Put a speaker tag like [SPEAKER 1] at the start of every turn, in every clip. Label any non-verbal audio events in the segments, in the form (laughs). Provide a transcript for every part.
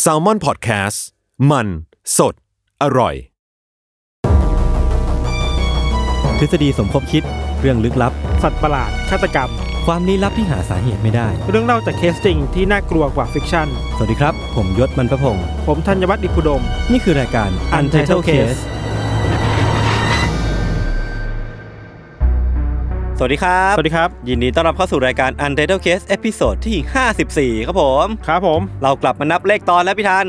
[SPEAKER 1] แซลมอนพอดแคสต์มันสดอร่อย
[SPEAKER 2] ทฤษฎีสมคบคิดเรื่องลึกลับ
[SPEAKER 3] สัตว์ประหลาด ฆาตกรรม
[SPEAKER 2] ความลี้ลับที่หาสาเหตุไม่ได้
[SPEAKER 3] เรื่องเล่าจากเคสจริงที่น่ากลัวกว่าฟิกชั่น
[SPEAKER 2] สวัสดีครับ ผมยศมันประพงศ์
[SPEAKER 3] ผมธัญวัฒน์อิพุดม
[SPEAKER 2] นี่คือรายการ Untitled Case สวัสดีครับ
[SPEAKER 3] สวัสดีครับ
[SPEAKER 2] ยินดีต้อนรับเข้าสู่รายการ Untitled Case เอพิโซดที่ 54 ครับผม
[SPEAKER 3] ครับผม
[SPEAKER 2] เรากลับมานับเลขตอนแล้วพี่ทัน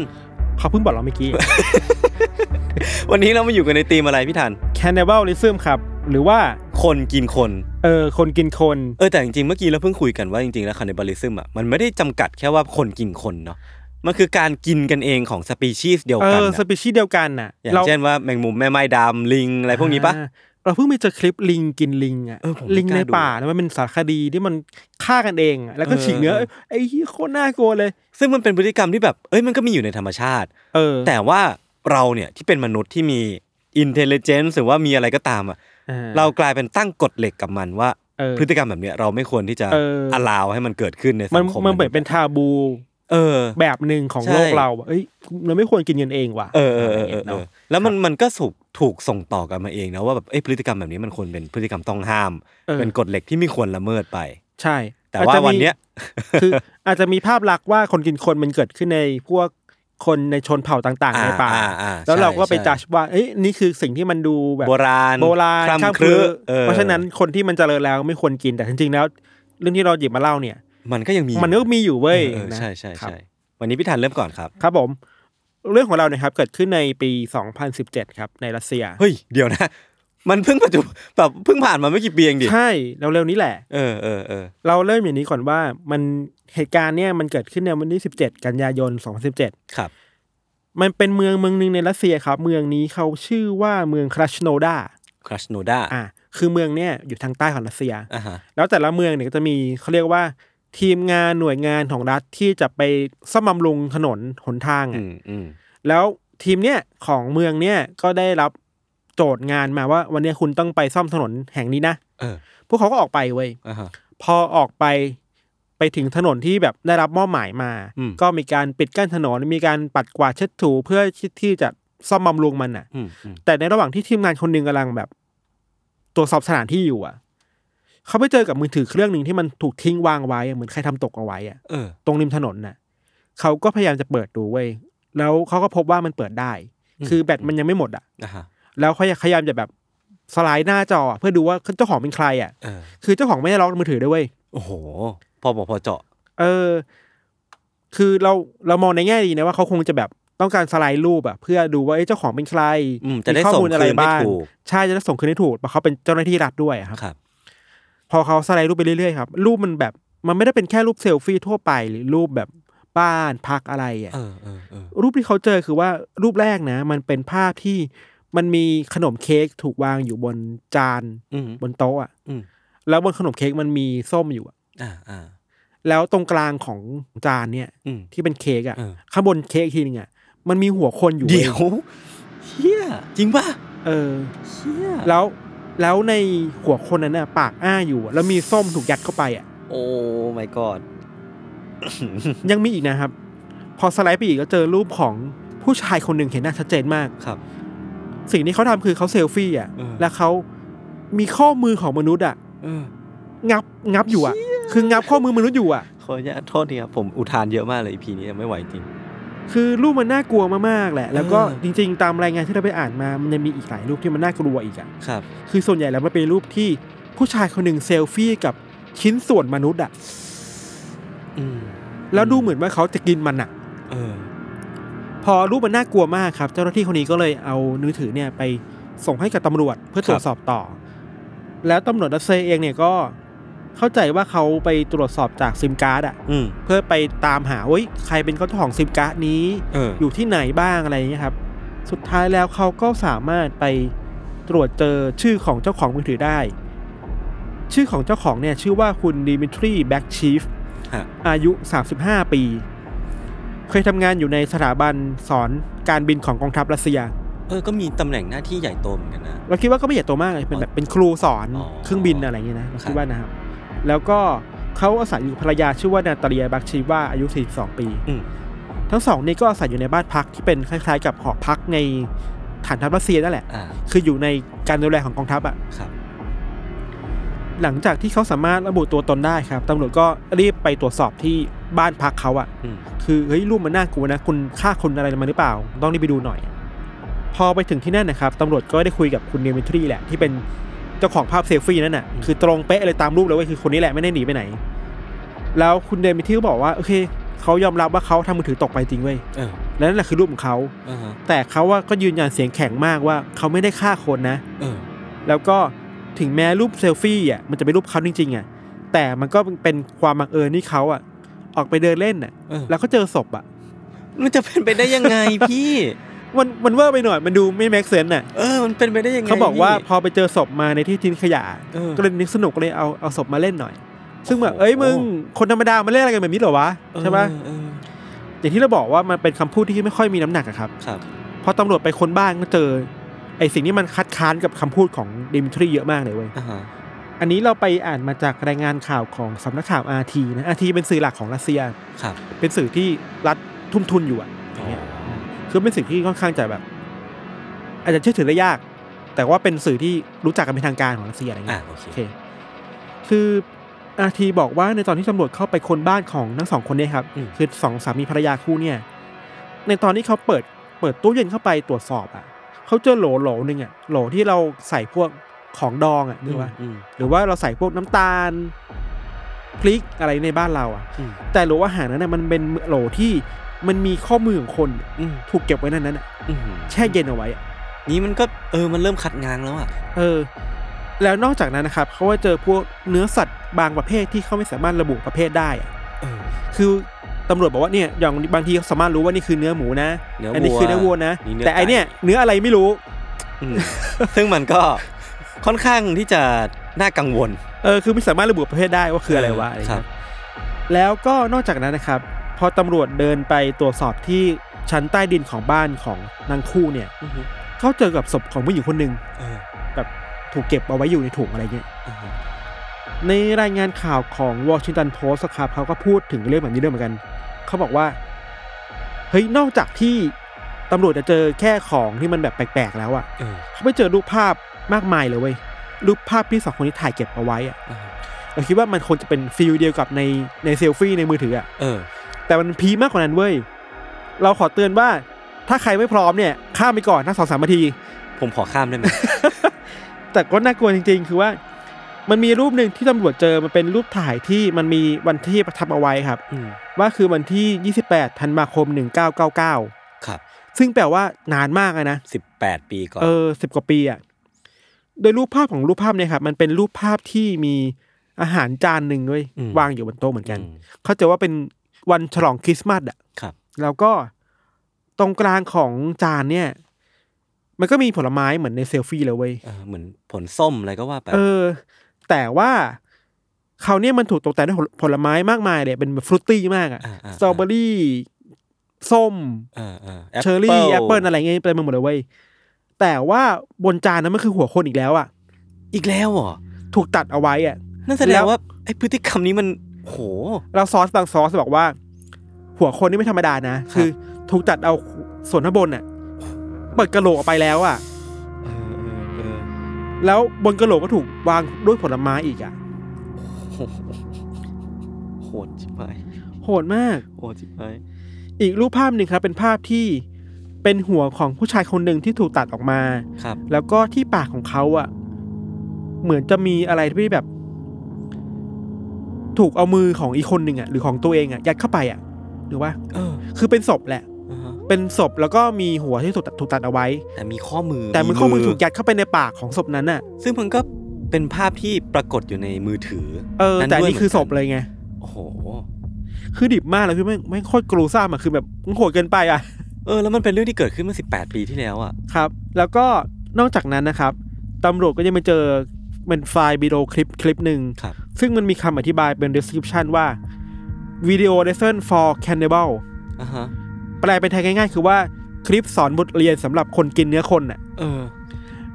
[SPEAKER 3] เขาเพิ่งบอกเราเมื่อกี้
[SPEAKER 2] วันนี้เรามาอยู่กันในธีมอะไรพี่ทัน
[SPEAKER 3] แค n เน b a l ลิซึมครับ หรือว่า
[SPEAKER 2] คนกินคน
[SPEAKER 3] เออ คนกินคน
[SPEAKER 2] เออแต่จริงๆเมื่อกี้เราเพิ่งคุยกันว่าจริงๆแล้วคานิบาลิซึมอ่ะมันไม่ได้จำกัดแค่ว่าคนกินคนเนาะ มันคือการกินกันเองของสปีชีส์เดียว
[SPEAKER 3] เอ
[SPEAKER 2] กัน
[SPEAKER 3] อ
[SPEAKER 2] น่ะ
[SPEAKER 3] สปีชีส์เดียวกันน่ะ
[SPEAKER 2] อย่างเช่นว่าแมงมุมแม่ไม้ดำลิงอะไรพวกนี้ปะ
[SPEAKER 3] อ่าเราเพิ่งไปเจอคลิปลิงกินลิงอ่ะ
[SPEAKER 2] เออผม
[SPEAKER 3] ลิง
[SPEAKER 2] ไม่กล้า
[SPEAKER 3] ใน
[SPEAKER 2] ดู
[SPEAKER 3] ป่านะมันเป็นสารคดีที่มันฆ่ากันเองอะแล้วก็
[SPEAKER 2] เออ
[SPEAKER 3] ฉีกเนื้อ
[SPEAKER 2] เออ
[SPEAKER 3] ไอ้เหี้ยโคตรน่ากลัวเลย
[SPEAKER 2] ซึ่งมันเป็นพฤติกรรมที่แบบ เอ้ย มันก็มีอยู่ในธรรมชาติ
[SPEAKER 3] เออ
[SPEAKER 2] แต่ว่าเราเนี่ยที่เป็นมนุษย์ที่มีอินเทลเจนซ์หรือว่ามีอะไรก็ตามอ่ะ
[SPEAKER 3] อ่
[SPEAKER 2] เรากลายเป็นตั้งกฎเหล็กกับมันว่า
[SPEAKER 3] เออ
[SPEAKER 2] พฤติกรรมแบบเนี้ยเราไม่ควรที่จะ
[SPEAKER 3] เอออ
[SPEAKER 2] ลาวให้มันเกิดขึ้นใน
[SPEAKER 3] มัน
[SPEAKER 2] สังคม
[SPEAKER 3] มันเหมือนเป็นทาบู
[SPEAKER 2] เออ
[SPEAKER 3] (laughs) แบบหนึ่งของ
[SPEAKER 2] ใช่
[SPEAKER 3] โลกเราอะเอ้ยเราไม่ควรกินกันเองว่ะ
[SPEAKER 2] เออเออเออเออ
[SPEAKER 3] เน
[SPEAKER 2] เอ
[SPEAKER 3] อะ
[SPEAKER 2] อแล้วมันมันก็สูกถูกส่งต่อกันมาเองนะว่าแบบเอ้ยพฤติกรรมแบบนี้มันควรเป็นพฤติกรรมต้องห้าม
[SPEAKER 3] ออ
[SPEAKER 2] เป็นกฎเหล็กที่ไม่ควรละเมิดไป
[SPEAKER 3] ใช่
[SPEAKER 2] แต่
[SPEAKER 3] อจ
[SPEAKER 2] ว่า
[SPEAKER 3] จะมี
[SPEAKER 2] วันเนี้ย (laughs)
[SPEAKER 3] คืออาจจะมีภาพลักษณ์ว่าคนกินคนมันเกิดขึ้นในพวกคนในชนเผ่าต่าง ๆ
[SPEAKER 2] อ่า
[SPEAKER 3] ในป่า
[SPEAKER 2] อ่าอ่า
[SPEAKER 3] แล้วเราก็
[SPEAKER 2] ใช่
[SPEAKER 3] ไป
[SPEAKER 2] ใช่
[SPEAKER 3] จัดว่าเอ้ยนี่คือสิ่งที่มันดูแบบ
[SPEAKER 2] โบราณ
[SPEAKER 3] โบราณ
[SPEAKER 2] ค
[SPEAKER 3] ข้าม
[SPEAKER 2] ล้ำครึ
[SPEAKER 3] อ
[SPEAKER 2] ออ
[SPEAKER 3] เพราะฉะนั้นคนที่มันเจริญแล้วไม่ควรกินแต่จริงๆแล้ว เรื่องที่เราหยิบมาเล่าเนี่ย
[SPEAKER 2] มันก็ยังมี
[SPEAKER 3] มันก็มีอยู่เว้ย
[SPEAKER 2] ออออ
[SPEAKER 3] นะ
[SPEAKER 2] ใช่ใช่
[SPEAKER 3] ครับ
[SPEAKER 2] ใช่วันนี้พี่ธันเริ่มก่อนครับ
[SPEAKER 3] ครับผม เรื่องของเราเนี่ยครับ เกิดขึ้นในปี 2017 ครับในรัสเซีย
[SPEAKER 2] เฮ้ยเดี๋ยวนะ มันเพิ่ง (laughs) ปัจจุแบบเพิ่งผ่านมาไม่กี่ปีเองดิ
[SPEAKER 3] ใช่เร็วๆนี้แหละ
[SPEAKER 2] เออเออเออ
[SPEAKER 3] เราเริ่มอย่างนี้ก่อนว่ามันเหตุการณ์เนี่ยมันเกิดขึ้นในวันที่ 17 กันยายน 2017
[SPEAKER 2] ครับ
[SPEAKER 3] มันเป็นเมืองเมืองหนึ่งในรัสเซียครับ เมืองนี้เขาชื่อว่าเมืองคราชโนดา
[SPEAKER 2] คราชโนดา
[SPEAKER 3] อ่ะคือเมืองเนี่ยอยู่ทางใต้ของรัสเซีย
[SPEAKER 2] อ่าฮะ
[SPEAKER 3] แล้วแต่ละเมืองเนี่ยก็จะมีเขาเรียกว่า ทีมงานหน่วยงานของรัฐที่จะไปซ่อมบำรุงถนนหนทาง
[SPEAKER 2] อื
[SPEAKER 3] อ่ะ
[SPEAKER 2] มอืม
[SPEAKER 3] แล้วทีมเนี่ยของเมืองเนี่ยก็ได้รับโจทย์งานมาว่า วันเนี้ยคุณต้องไปซ่อมถนนแห่งนี้นะ
[SPEAKER 2] เออ
[SPEAKER 3] พวกเขาก็ออกไปเว้ย
[SPEAKER 2] อ่าฮะ
[SPEAKER 3] พอออกไปไปถึงถนนที่แบบได้รับมอบหมายมา
[SPEAKER 2] อืม
[SPEAKER 3] ก็มีการปิดกั้นถนนมีการปัดกวาดเช็ดถูเพื่อที่จะซ่อมบำรุงมันอ่ะ
[SPEAKER 2] อืมอืม
[SPEAKER 3] แต่ในระหว่างที่ทีมงานคนหนึ่งกำลังแบบ ตรวจสอบสถานที่อยู่อ่ะ เขาไปเจอกับมือถือเครื่องหนึ่งที่มันถูกทิ้งวางไว้อะเหมือนใครทำตกเอาไว้อ่ะ
[SPEAKER 2] เออ
[SPEAKER 3] ตรงริมถนนน่ะ เขาก็พยายามจะเปิดดูเว้ยแล้วเขาก็พบว่ามันเปิดได้ คือแบตมันยังไม่หมดอ่ะ
[SPEAKER 2] อ่าฮะ
[SPEAKER 3] แล้วเขาพยายามจะแบบสไลด์หน้าจออะเพื่อดูว่าเจ้าของเป็นใครอ่ะ
[SPEAKER 2] เออ
[SPEAKER 3] คือเจ้าของไม่ได้ล็อกมือถือด้วยเว้ย
[SPEAKER 2] โอ้โห พอบอกพอเจาะ
[SPEAKER 3] เออ คือเราเรามองในแง่ดีนะว่าเขาคงจะแบบต้องการสไลด์รูปอ่ะเพื่อดูว่าเอ้ยเจ้าของเป็นใคร
[SPEAKER 2] อืมจะได้
[SPEAKER 3] ข้อ
[SPEAKER 2] ส่ง
[SPEAKER 3] มูล
[SPEAKER 2] คืนได้ถูก
[SPEAKER 3] ใช่จะได้ส่งคืนได้ถูกเพราะเขาเป็นเจ้าหน้าที่รัฐด้วยอะครับ
[SPEAKER 2] ครับ
[SPEAKER 3] พอเขาสไลด์รูปไปเรื่อยๆครับ รูปมันแบบมันไม่ได้เป็นแค่รูปเซลฟี่ทั่วไปหรือรูปแบบบ้านพักอะไรอ่ะ
[SPEAKER 2] เออเออเออ
[SPEAKER 3] รูปที่เขาเจอคือว่ารูปแรกนะ มันเป็นภาพที่มันมีขนมเค้กถูกวางอยู่บนจาน
[SPEAKER 2] อืม
[SPEAKER 3] บนโต๊ะอ่ะ
[SPEAKER 2] อืม
[SPEAKER 3] แล้วบนขนมเค้กมันมีส้มอยู่อะ
[SPEAKER 2] อ่าอ่า
[SPEAKER 3] แล้วตรงกลางของจานเนี่ย
[SPEAKER 2] อืม
[SPEAKER 3] ที่เป็นเค้กอ่ะ
[SPEAKER 2] เออ
[SPEAKER 3] ข้างบนเค้กอีกทีนึงอ่ะมันมีหัวคนอยู่
[SPEAKER 2] เดี๋ยวเฮียจริงป่ะ
[SPEAKER 3] เออ
[SPEAKER 2] เฮีย
[SPEAKER 3] แล้วแล้วในหัวคนนั้นน่ะปากอ้าอยู่อะแล้วมีส้มถูกยัดเข้าไปอ่ะ
[SPEAKER 2] โอ้ my god
[SPEAKER 3] ยังมีอีกนะครับ พอสไลด์ไปอีกก็เจอรูปของผู้ชายคนหนึ่งเห็นหน้าชัดเจนมาก
[SPEAKER 2] ครับ
[SPEAKER 3] สิ่งที่เขาทำคือเขาเซลฟี่อ่ะ
[SPEAKER 2] เออ
[SPEAKER 3] แล้วเขามีข้อมือของมนุษย์อ่ะ
[SPEAKER 2] เออ
[SPEAKER 3] งับงับอยู่อ่ะ คืองับข้อมือมนุษย์อยู่อ่ะ
[SPEAKER 2] ขออนุญาตโทษทีครับผมอุทานเยอะมากเลย EP นี้ไม่ไหวจริง
[SPEAKER 3] คือรูปมันน่ากลัวมากๆแหละ แล้วก็
[SPEAKER 2] เออ
[SPEAKER 3] จริงๆ ตามรายงานที่เราไปอ่านมา มันยังมีอีกหลายรูปที่มันน่ากลัวอีกอ่ะ
[SPEAKER 2] ครับ
[SPEAKER 3] คือส่วนใหญ่แล้วมันเป็นรูปที่ผู้ชายคนหนึ่งเซลฟี่กับชิ้นส่วนมนุษย์อ่ะ
[SPEAKER 2] อืม
[SPEAKER 3] แล้วดูเหมือนว่าเขาจะกินมันอ่ะ
[SPEAKER 2] เออ
[SPEAKER 3] พอรูปมันน่ากลัวมากครับ เจ้าหน้าที่คนนี้ก็เลยเอามือถือเนี่ยไปส่งให้กับตำรวจเพื่อตรวจสอบต่อ แล้วตำรวจรัสเซียเองเนี่ยก็ เข้าใจว่าเขาไปตรวจสอบจากซิมการ์ดอะ
[SPEAKER 2] อืม
[SPEAKER 3] เพื่อไปตามหาโอ้ยใครเป็นเจ้าของซิมการ์ดนี้
[SPEAKER 2] เออ
[SPEAKER 3] อยู่ที่ไหนบ้างอะไรอย่างเงี้ยครับ สุดท้ายแล้วเขาก็สามารถไปตรวจเจอชื่อของเจ้าของมือถือได้ ชื่อของเจ้าของเนี่ยชื่อว่าคุณดิมิทรีแบ็กชีฟ
[SPEAKER 2] ฮะ
[SPEAKER 3] อายุ 35 ปี เคยทำงานอยู่ในสถาบันสอนการบินของกองทัพรัสเซีย
[SPEAKER 2] เออก็มีตำแหน่งหน้าที่ใหญ่โตเหมือนกันนะ
[SPEAKER 3] เราคิดว่าก็ไม่ใหญ่โตมากเลยเป็นแบบเป็นครูสอน
[SPEAKER 2] อ๋อ
[SPEAKER 3] เครื่องบินอะไรอย่างเงี้ยนะเรา
[SPEAKER 2] ครับ
[SPEAKER 3] คิดว่านะครับ แล้วก็เขาอาศัยอยู่ภรรยาชื่อว่านาตาเลียบักชีว่าอายุ 42 ปี
[SPEAKER 2] อืม
[SPEAKER 3] ทั้งสองนี่ก็อาศัยอยู่ในบ้านพักที่เป็นคล้ายๆ กับหอพักในฐานทัพรัสเซียนั่นแหละ
[SPEAKER 2] อ่า
[SPEAKER 3] คืออยู่ในการดูแลของกองทัพอะ
[SPEAKER 2] ครับ
[SPEAKER 3] หลังจากที่เขาสามารถระบุตัวตนได้ครับตำรวจก็รีบไปตรวจสอบที่บ้านพักเขาอะ
[SPEAKER 2] อืม
[SPEAKER 3] คือเฮ้ยรูปมันน่ากลัวนะ คุณฆ่าคนอะไรมาหรือเปล่า ต้องรีบไปดูหน่อย พอไปถึงที่นั่นนะครับตำรวจก็ได้คุยกับคุณเนมิทรีแหละ ที่เป็นเจ้าของภาพเซลฟี่นั่นน่ะคือตรงเป๊ะเลยตามรูปเลยเว่าคือคนนี้แหละไม่ได้หนีไปไหน แล้วคุณเนมิทรีก็บอกว่าโอเคเขายอมรับว่าเขาทำมือถือตกไปจริงเว้ย
[SPEAKER 2] เออ
[SPEAKER 3] และนั่นแหละคือรูปของเขา
[SPEAKER 2] อ่าฮะ
[SPEAKER 3] แต่เขาว่าก็ยืนยันเสียงแข็งมากว่าเขาไม่ได้ฆ่าคนนะ
[SPEAKER 2] เออ
[SPEAKER 3] แล้วก็ถึงแม้รูปเซลฟี่อ่ะมันจะเป็นรูปเขาจริงๆอ่ะแต่มันก็เป็นความบังเอิญที่เขาอ่ะออกไปเดินเล่นอ่ะ
[SPEAKER 2] เออ
[SPEAKER 3] แล้วก็เจอศพอ่ะ
[SPEAKER 2] มันจะเป็นไปได้ยังไงพี่
[SPEAKER 3] มันมันเวอร์ไปหน่อยมันดูไม่แม็กเซนอ่ะ
[SPEAKER 2] เออ มันเป็นไปได้ยังไง
[SPEAKER 3] เขาบอกว่า
[SPEAKER 2] พี่
[SPEAKER 3] พอไปเจอศพมาในที่ทิ้งขยะ
[SPEAKER 2] เออ
[SPEAKER 3] ก็เลยนึกสนุกเลยเอาเอาศพมาเล่นหน่อย ซึ่งแบบ
[SPEAKER 2] โอ้โห
[SPEAKER 3] เอ้ยมึงคนธรรมดามาเล่นอะไรกันแบบนี้เหรอวะใช่ปะ
[SPEAKER 2] เออเออ
[SPEAKER 3] อย่างที่เราบอกว่ามันเป็นคำพูดที่ไม่ค่อยมีน้ำหนักอะครับ
[SPEAKER 2] ครับ
[SPEAKER 3] พอตำรวจไปคนบ้านก็เจอไอสิ่งที่มันคัดค้านกับคำพูดของเดมิทรีเยอะมากเลยเว้ย
[SPEAKER 2] อ่าฮะ
[SPEAKER 3] อันนี้เราไปอ่านมาจากรายงานข่าวของสำนักข่าวอาทีนะอาทีเป็นสื่อหลักของรัสเซีย
[SPEAKER 2] ครับ
[SPEAKER 3] เป็นสื่อที่รัฐทุ่มทุนอยู่อะ
[SPEAKER 2] อ๋อ
[SPEAKER 3] คือเป็นสื่อที่ค่อนข้างจะแบบ อาจจะเชื่อถือได้ยาก แต่ว่าเป็นสื่อที่รู้จักกันเป็นทางการของรัสเซียอะไร
[SPEAKER 2] อ่า
[SPEAKER 3] เงี้ย
[SPEAKER 2] โอเค
[SPEAKER 3] โอเค คืออาทีบอกว่าในตอนที่ตำรวจเข้าไปค้นบ้านของทั้งสองคนเนี่ยครับ
[SPEAKER 2] อืม
[SPEAKER 3] คือสองสามีภรรยาคู่เนี่ย ในตอนที่เขาเปิดเปิดตู้เย็นเข้าไปตรวจสอบอะเขาเจอโหลโหลหนึ่งอะโหลที่เราใส่พวกของดองอะนึกว่า
[SPEAKER 2] อืม
[SPEAKER 3] หรือว่าเราใส่พวกน้ำตาลพริกอะไรในบ้านเราอะ
[SPEAKER 2] อืม
[SPEAKER 3] แต่โหลอาหารนั้นนะมันเป็นโหลที่มันมีข้อมือของคน
[SPEAKER 2] อืม
[SPEAKER 3] ถูกเก็บไว้ในนั้นน่ะ
[SPEAKER 2] อืม
[SPEAKER 3] แช่เย็นเอาไว้อะ
[SPEAKER 2] นี่มันก็เออมันเริ่มขัดงางแล้วอ่ะ
[SPEAKER 3] เออ แล้วนอกจากนั้นนะครับเขาว่าเจอพวกเนื้อสัตว์บางประเภทที่เขาไม่สามารถระบุประเภทได้อะ
[SPEAKER 2] เออ
[SPEAKER 3] คือตำรวจบอกว่าเนี่ยอย่างบางทีเขาสามารถรู้ว่านี่คือเนื้อหมูนะ
[SPEAKER 2] เนื้อวัว
[SPEAKER 3] อันนี้คือเนื้อวัวนะ
[SPEAKER 2] นี่เนื้อ
[SPEAKER 3] แต่ไอเนี่ย
[SPEAKER 2] ไก่
[SPEAKER 3] เนื้ออะไรไม่รู้
[SPEAKER 2] อืม (laughs) ซึ่งมันก็ค่อนข้างที่จะน่ากังวล
[SPEAKER 3] เออคือไม่สามารถระบุประเภทได้ว่าคืออะไรวะ
[SPEAKER 2] เออ
[SPEAKER 3] อะไรเงี้ย
[SPEAKER 2] ครับ
[SPEAKER 3] แล้วก็นอกจากนั้นนะครับ พอตำรวจเดินไปตรวจสอบที่ชั้นใต้ดินของบ้านของนางคู่เนี่ย
[SPEAKER 2] อืม
[SPEAKER 3] เขาเจอกับศพของผู้หญิงคนหนึ่ง
[SPEAKER 2] เออ
[SPEAKER 3] แบบถูกเก็บเอาไว้อยู่ในถุงอะไรเงี้ย
[SPEAKER 2] อ่าฮะ
[SPEAKER 3] ในรายงานข่าวของวอชิงตันโพสต์ครับเขาก็พูดถึงเรื่องแบบนี้ด้วยเหมือนกัน เขาบอกว่าเฮ้ยนอกจากที่ตำรวจจะเจอแค่ของที่มันแบบแปลกๆแล้วอะ่ะ
[SPEAKER 2] เออ
[SPEAKER 3] เขาไปเจอรูปภาพมากมายเลยเว้ยรูปภาพที่สองคนนี้ถ่ายเก็บเอาไว้อะ
[SPEAKER 2] อ่าฮะ
[SPEAKER 3] เราคิดว่ามันคงจะเป็นฟิลเดียวกับในในเซลฟี่ในมือถืออะ
[SPEAKER 2] เออ
[SPEAKER 3] แต่มันพีคมากกว่านั้นเว้ย เราขอเตือนว่าถ้าใครไม่พร้อมเนี่ย ข้ามไปก่อนทั้งสองสามนาที
[SPEAKER 2] ผมขอข้ามได้ไหม
[SPEAKER 3] แต่ก็น่ากลัวจริง ๆ คือว่า มันมีรูปหนึ่งที่ตำรวจเจอมันเป็นรูปถ่ายที่มันมีวันที่ประทับเอาไว้ครับ
[SPEAKER 2] อืม
[SPEAKER 3] ว่าคือวันที่ 28ธันวาคม 1999
[SPEAKER 2] ครับ
[SPEAKER 3] ซึ่งแปลว่านานมากเลยนะ
[SPEAKER 2] สิบแปดปีก่อน
[SPEAKER 3] เออสิบกว่าปีอะ่ะ โดยรูปภาพของรูปภาพเนี่ยครับมันเป็นรูปภาพที่มีอาหารจานหนึ่งด้วยวางอยู่บนโต๊ะเหมือนกัน
[SPEAKER 2] ม
[SPEAKER 3] เข้าใจว่าเป็นวันฉลองคริสต์มาสอ่ะ
[SPEAKER 2] ครับ
[SPEAKER 3] แล้วก็ตรงกลางของจานเนี่ย มันก็มีผลไม้เหมือนในเซลฟี่เลยเว้ย
[SPEAKER 2] เออเหมือนผลส้มอะไรก็ว่าไป
[SPEAKER 3] เออ แต่ว่าเขาวเนี่ยมันถูกตกแต่งด้วยผลผลไม้มากมายเลยเป็นแบบฟรุตตี้มากอะ
[SPEAKER 2] าาา
[SPEAKER 3] สตรอเบอรี่ ส้ม
[SPEAKER 2] เออเออ
[SPEAKER 3] เชอร์รี่ แอปเปิลอะไรเงี้ยเต็มไปหมดเลยเว้ย แต่ว่าบนจานนั้นมันคือหัวคนอีกแล้วอ่ะ
[SPEAKER 2] อีกแล้วเหรอ
[SPEAKER 3] ถูกตัดเอาไว้อ่ะ
[SPEAKER 2] นั่นแสด
[SPEAKER 3] แล้
[SPEAKER 2] ง
[SPEAKER 3] ว
[SPEAKER 2] ว่าไอ้พฤติกรรมนี้มันโห
[SPEAKER 3] เราซอสบางซอสบอกว่า หัวคนนี่ไม่ธรรมดา
[SPEAKER 2] ครั
[SPEAKER 3] นะ
[SPEAKER 2] บ
[SPEAKER 3] คือถูกตัดเอาส่วนข้างบนน่ะเปิดกระโหลกออกไปแล้วอ่ะ
[SPEAKER 2] เออเออ
[SPEAKER 3] แล้วบนกระโหลกก็ถูกวางด้วยผลไม้อีกอ่ะ
[SPEAKER 2] เออโหดจิบไป
[SPEAKER 3] โหดมาก
[SPEAKER 2] โหดจิบไป
[SPEAKER 3] อีกรูปภาพหนึ่งครับ เป็นภาพที่เป็นหัวของผู้ชายคนหนึ่งที่ถูกตัดออกมา
[SPEAKER 2] ครับ
[SPEAKER 3] แล้วก็ที่ปากของเขาอ่ะ เหมือนจะมีอะไรที่แบบ ถูกเอามือของอีกคนหนึ่งอ่ะหรือของตัวเองอ่ะยัดเข้าไปอ่ะหรือว่า
[SPEAKER 2] เออ
[SPEAKER 3] คือเป็นศพแหละ
[SPEAKER 2] อ่าฮะ
[SPEAKER 3] เป็นศพแล้วก็มีหัวที่ถูกตัดถูกตัดเอาไว้
[SPEAKER 2] แต่มีข้อมือ
[SPEAKER 3] แต่มันข้อมือถูกยัดเข้าไปในปากของศพนั้นน่ะ
[SPEAKER 2] ซึ่งมันก็ เป็นภาพที่ปรากฏอยู่ในมือถือ
[SPEAKER 3] เออ แต่อัน
[SPEAKER 2] ด้วย
[SPEAKER 3] นี่คือศพ
[SPEAKER 2] หมื
[SPEAKER 3] เล
[SPEAKER 2] กั
[SPEAKER 3] ยไง
[SPEAKER 2] นโอ้โห
[SPEAKER 3] คือดิบมากเลยพี่แม่งแม่งโคตรกรูซ่ามอะคือแบบมันโหดเกินไปอ่ะ
[SPEAKER 2] เออ แล้วมันเป็นเรื่องที่เกิดขึ้นเมื่อ 18 ปีที่แล้วอ่ะ
[SPEAKER 3] ครับ แล้วก็นอกจากนั้นนะครับตำรวจก็ยังไปเจอเป็นไฟล์วิดีโอคลิปคลิปหนึ่ง
[SPEAKER 2] ครับ
[SPEAKER 3] ซึ่งมันมีคำอธิบายเป็น description ว่า video lesson for cannibal
[SPEAKER 2] อ่ะฮะ
[SPEAKER 3] แปลเป็นไทยง่าย ๆ คือว่าคลิปสอนบทเรียนสำหรับคนกินเนื้อคนน่ะ
[SPEAKER 2] เออ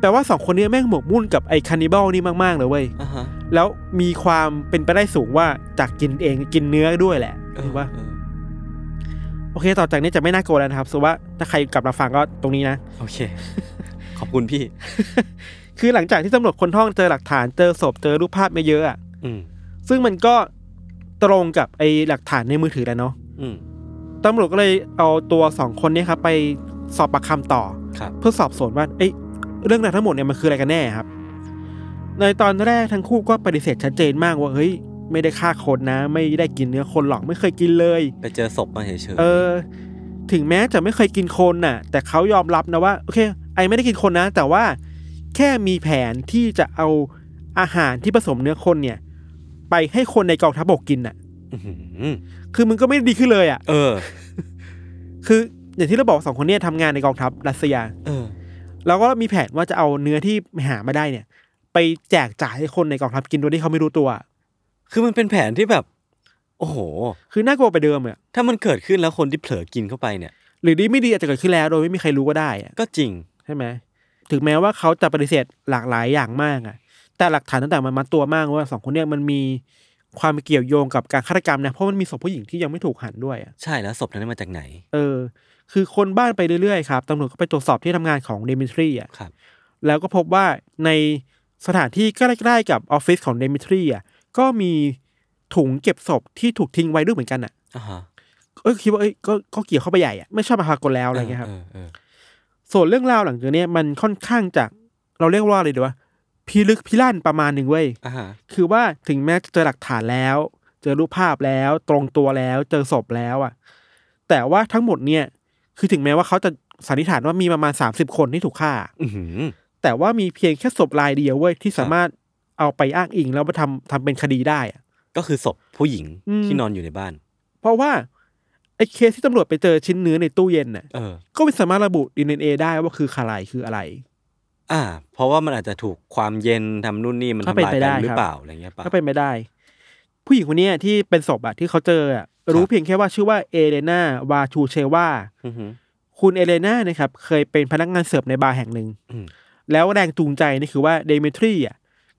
[SPEAKER 3] แปลว่าสองคนเนี้ยแม่งหมกมุ่นกับไอ้ค n น i บ a l นี่มากๆเลยเว้ย
[SPEAKER 2] อ่ะฮะ
[SPEAKER 3] แล้วมีความเป็นไปได้สูงว่าจากกินเองกินเนื้อด้วยแหละ
[SPEAKER 2] เออ
[SPEAKER 3] ถือว่า
[SPEAKER 2] เออ
[SPEAKER 3] โอเค ต่อจากนี้จะไม่น่ากลัวแล้วนะครับสมมุติว่าถ้าใครกลับมาฟังก็ตรงนี้นะ
[SPEAKER 2] โอเค ขอบคุณพี่
[SPEAKER 3] คือหลังจากที่ตำรวจคนห้องเจอหลักฐานเจอศพเจอรูปภาพเยอะๆอะ
[SPEAKER 2] อืม
[SPEAKER 3] ซึ่งมันก็ตรงกับไอ้หลักฐานในมือถือแหล้วเนาะ
[SPEAKER 2] อืม
[SPEAKER 3] ตำรวจก็เลยเอาตัวสองคนเนี้ครับไปสอบปากคำต่อ
[SPEAKER 2] ครับ
[SPEAKER 3] เพื่อสอบสวนว่าเอ้ยเรื่องราวทั้งหมดเนี่ยมันคืออะไรกันแน่ครับ ในตอนแรกทั้งคู่ก็ปฏิเสธชัดเจนมากว่าเฮ้ยไม่ได้ฆ่าคนนะ ไม่ได้กินเนื้อคนหรอกไม่เคยกินเลย
[SPEAKER 2] ไปเจอศพมาเฉยๆ
[SPEAKER 3] เออ ถึงแม้จะไม่เคยกินคนน่ะ แต่เขายอมรับนะว่าโอเค ไอไม่ได้กินคนนะ แต่ว่าแค่มีแผนที่จะเอาอาหารที่ผสมเนื้อคนเนี่ย ไปให้คนในกองทัพบกกินน่ะ
[SPEAKER 2] อหือ
[SPEAKER 3] คือมันก็ไม่ได้ดีขึ้นเลยอ่ะ
[SPEAKER 2] เออ
[SPEAKER 3] คืออย่างที่เราบอกสองคนเนี่ยทำงานในกองทัพรัสเซีย
[SPEAKER 2] เออ
[SPEAKER 3] แล้วก็มีแผนว่าจะเอาเนื้อที่หามาได้เนี่ย ไปแจกจ่ายให้คนในกองทัพกินโดยที่เขาไม่รู้ตัว
[SPEAKER 2] คือมันเป็นแผนที่แบบ โอ้โห
[SPEAKER 3] คือน่ากลัวไปเดิมอ่ะ
[SPEAKER 2] ถ้ามันเกิดขึ้นแล้วคนที่เผลอกินเข้าไปเนี่ย
[SPEAKER 3] หรือดีไม่ดีอาจจะเกิดขึ้นแล้ว โดยไม่มีใครรู้ก็ได้อะ
[SPEAKER 2] ก็จริง
[SPEAKER 3] ใช่ไหมถึงแม้ว่าเขาจะปฏิเสธหลากหลายอย่างมากอ่ะ แต่หลักฐานต่างๆมันมัดตัวมากว่าสองคนเนี่ยมันมีความเกี่ยวโยงกับการฆาตกรรมนะเพราะมันมีศพผู้หญิงที่ยังไม่ถูกหั่นด้วยอะ
[SPEAKER 2] ใช่แล้วศพนั้นมาจากไหน
[SPEAKER 3] เออ คือคนบ้านไปเรื่อยๆครับตำรวจก็ไปตรวจสอบที่ทำงานของเดมิทรีอ่ะ
[SPEAKER 2] ครับ
[SPEAKER 3] แล้วก็พบว่าในสถานที่ใกล้ๆกับออฟฟิศของเดมิทรีอ่ะก็มีถุงเก็บศพที่ถูกทิ้งไว้ด้วยเหมือนกันอ่ะ
[SPEAKER 2] อ่าฮะ
[SPEAKER 3] เอ้ยคิดว่าเอ้ยก็ก็เกี่ยวเข้าไปใหญ่อ่ะไม่ชอบมาพากลแล้วอะไรเงี้ยครับ
[SPEAKER 2] เออเออ
[SPEAKER 3] ส่วนเรื่องราวหลังจากเนี้ยมันค่อนข้างจากเราเรียกว่าอะไรดีวะพิลึกพิลั่นประมาณหนึ่งเว้ย
[SPEAKER 2] อ่าฮะ
[SPEAKER 3] คือว่าถึงแม้จะเจอหลักฐานแล้ว เจอรูปภาพแล้ว ตรงตัวแล้วเจอศพแล้วอ่ะ แต่ว่าทั้งหมดเนี่ย คือถึงแม้ว่าเขาจะสันนิษฐานว่ามีประมาณสามสิบคนที่ถูกฆ่า
[SPEAKER 2] อือหือ
[SPEAKER 3] แต่ว่ามีเพียงแค่ศพรายเดียวเว้ยที่สามารถเอาไปอ้างอิงแล้วมาทำทำเป็นคดีได้อะ
[SPEAKER 2] ก็คือศพผู้หญิง
[SPEAKER 3] อืม
[SPEAKER 2] ที่นอนอยู่ในบ้าน
[SPEAKER 3] เพราะว่าไอ้เคสที่ตำรวจไปเจอชิ้นเนื้อในตู้เย็นน่ะ
[SPEAKER 2] เออ
[SPEAKER 3] ก็ไม่สามารถระบุดีเอ็นเอได้ว่าคือใครคืออะไร
[SPEAKER 2] อ่า เพราะว่ามันอาจจะถูกความเย็นทำนู่นนี่มัน
[SPEAKER 3] ก็
[SPEAKER 2] ทำ
[SPEAKER 3] เป็น
[SPEAKER 2] ลาย
[SPEAKER 3] ไปได้
[SPEAKER 2] กันหรือ
[SPEAKER 3] ครับ
[SPEAKER 2] เปล่าอะไรเงี้ยป่ะ
[SPEAKER 3] ก็เป็นไม่ได้ ผู้หญิงคนเนี้ยที่เป็นศพอะที่เขาเจออะรู้เพียงแค่ว่าชื่อว่าเอเลนาวาชูเชวา
[SPEAKER 2] อือหือ
[SPEAKER 3] คุณเอเลนานะครับเคยเป็นพนักงานเสิร์ฟในบาร์แห่งหนึ่ง
[SPEAKER 2] อืม
[SPEAKER 3] แล้วแรงจูงใจนี่คือว่าเดมิทรีอ่ะ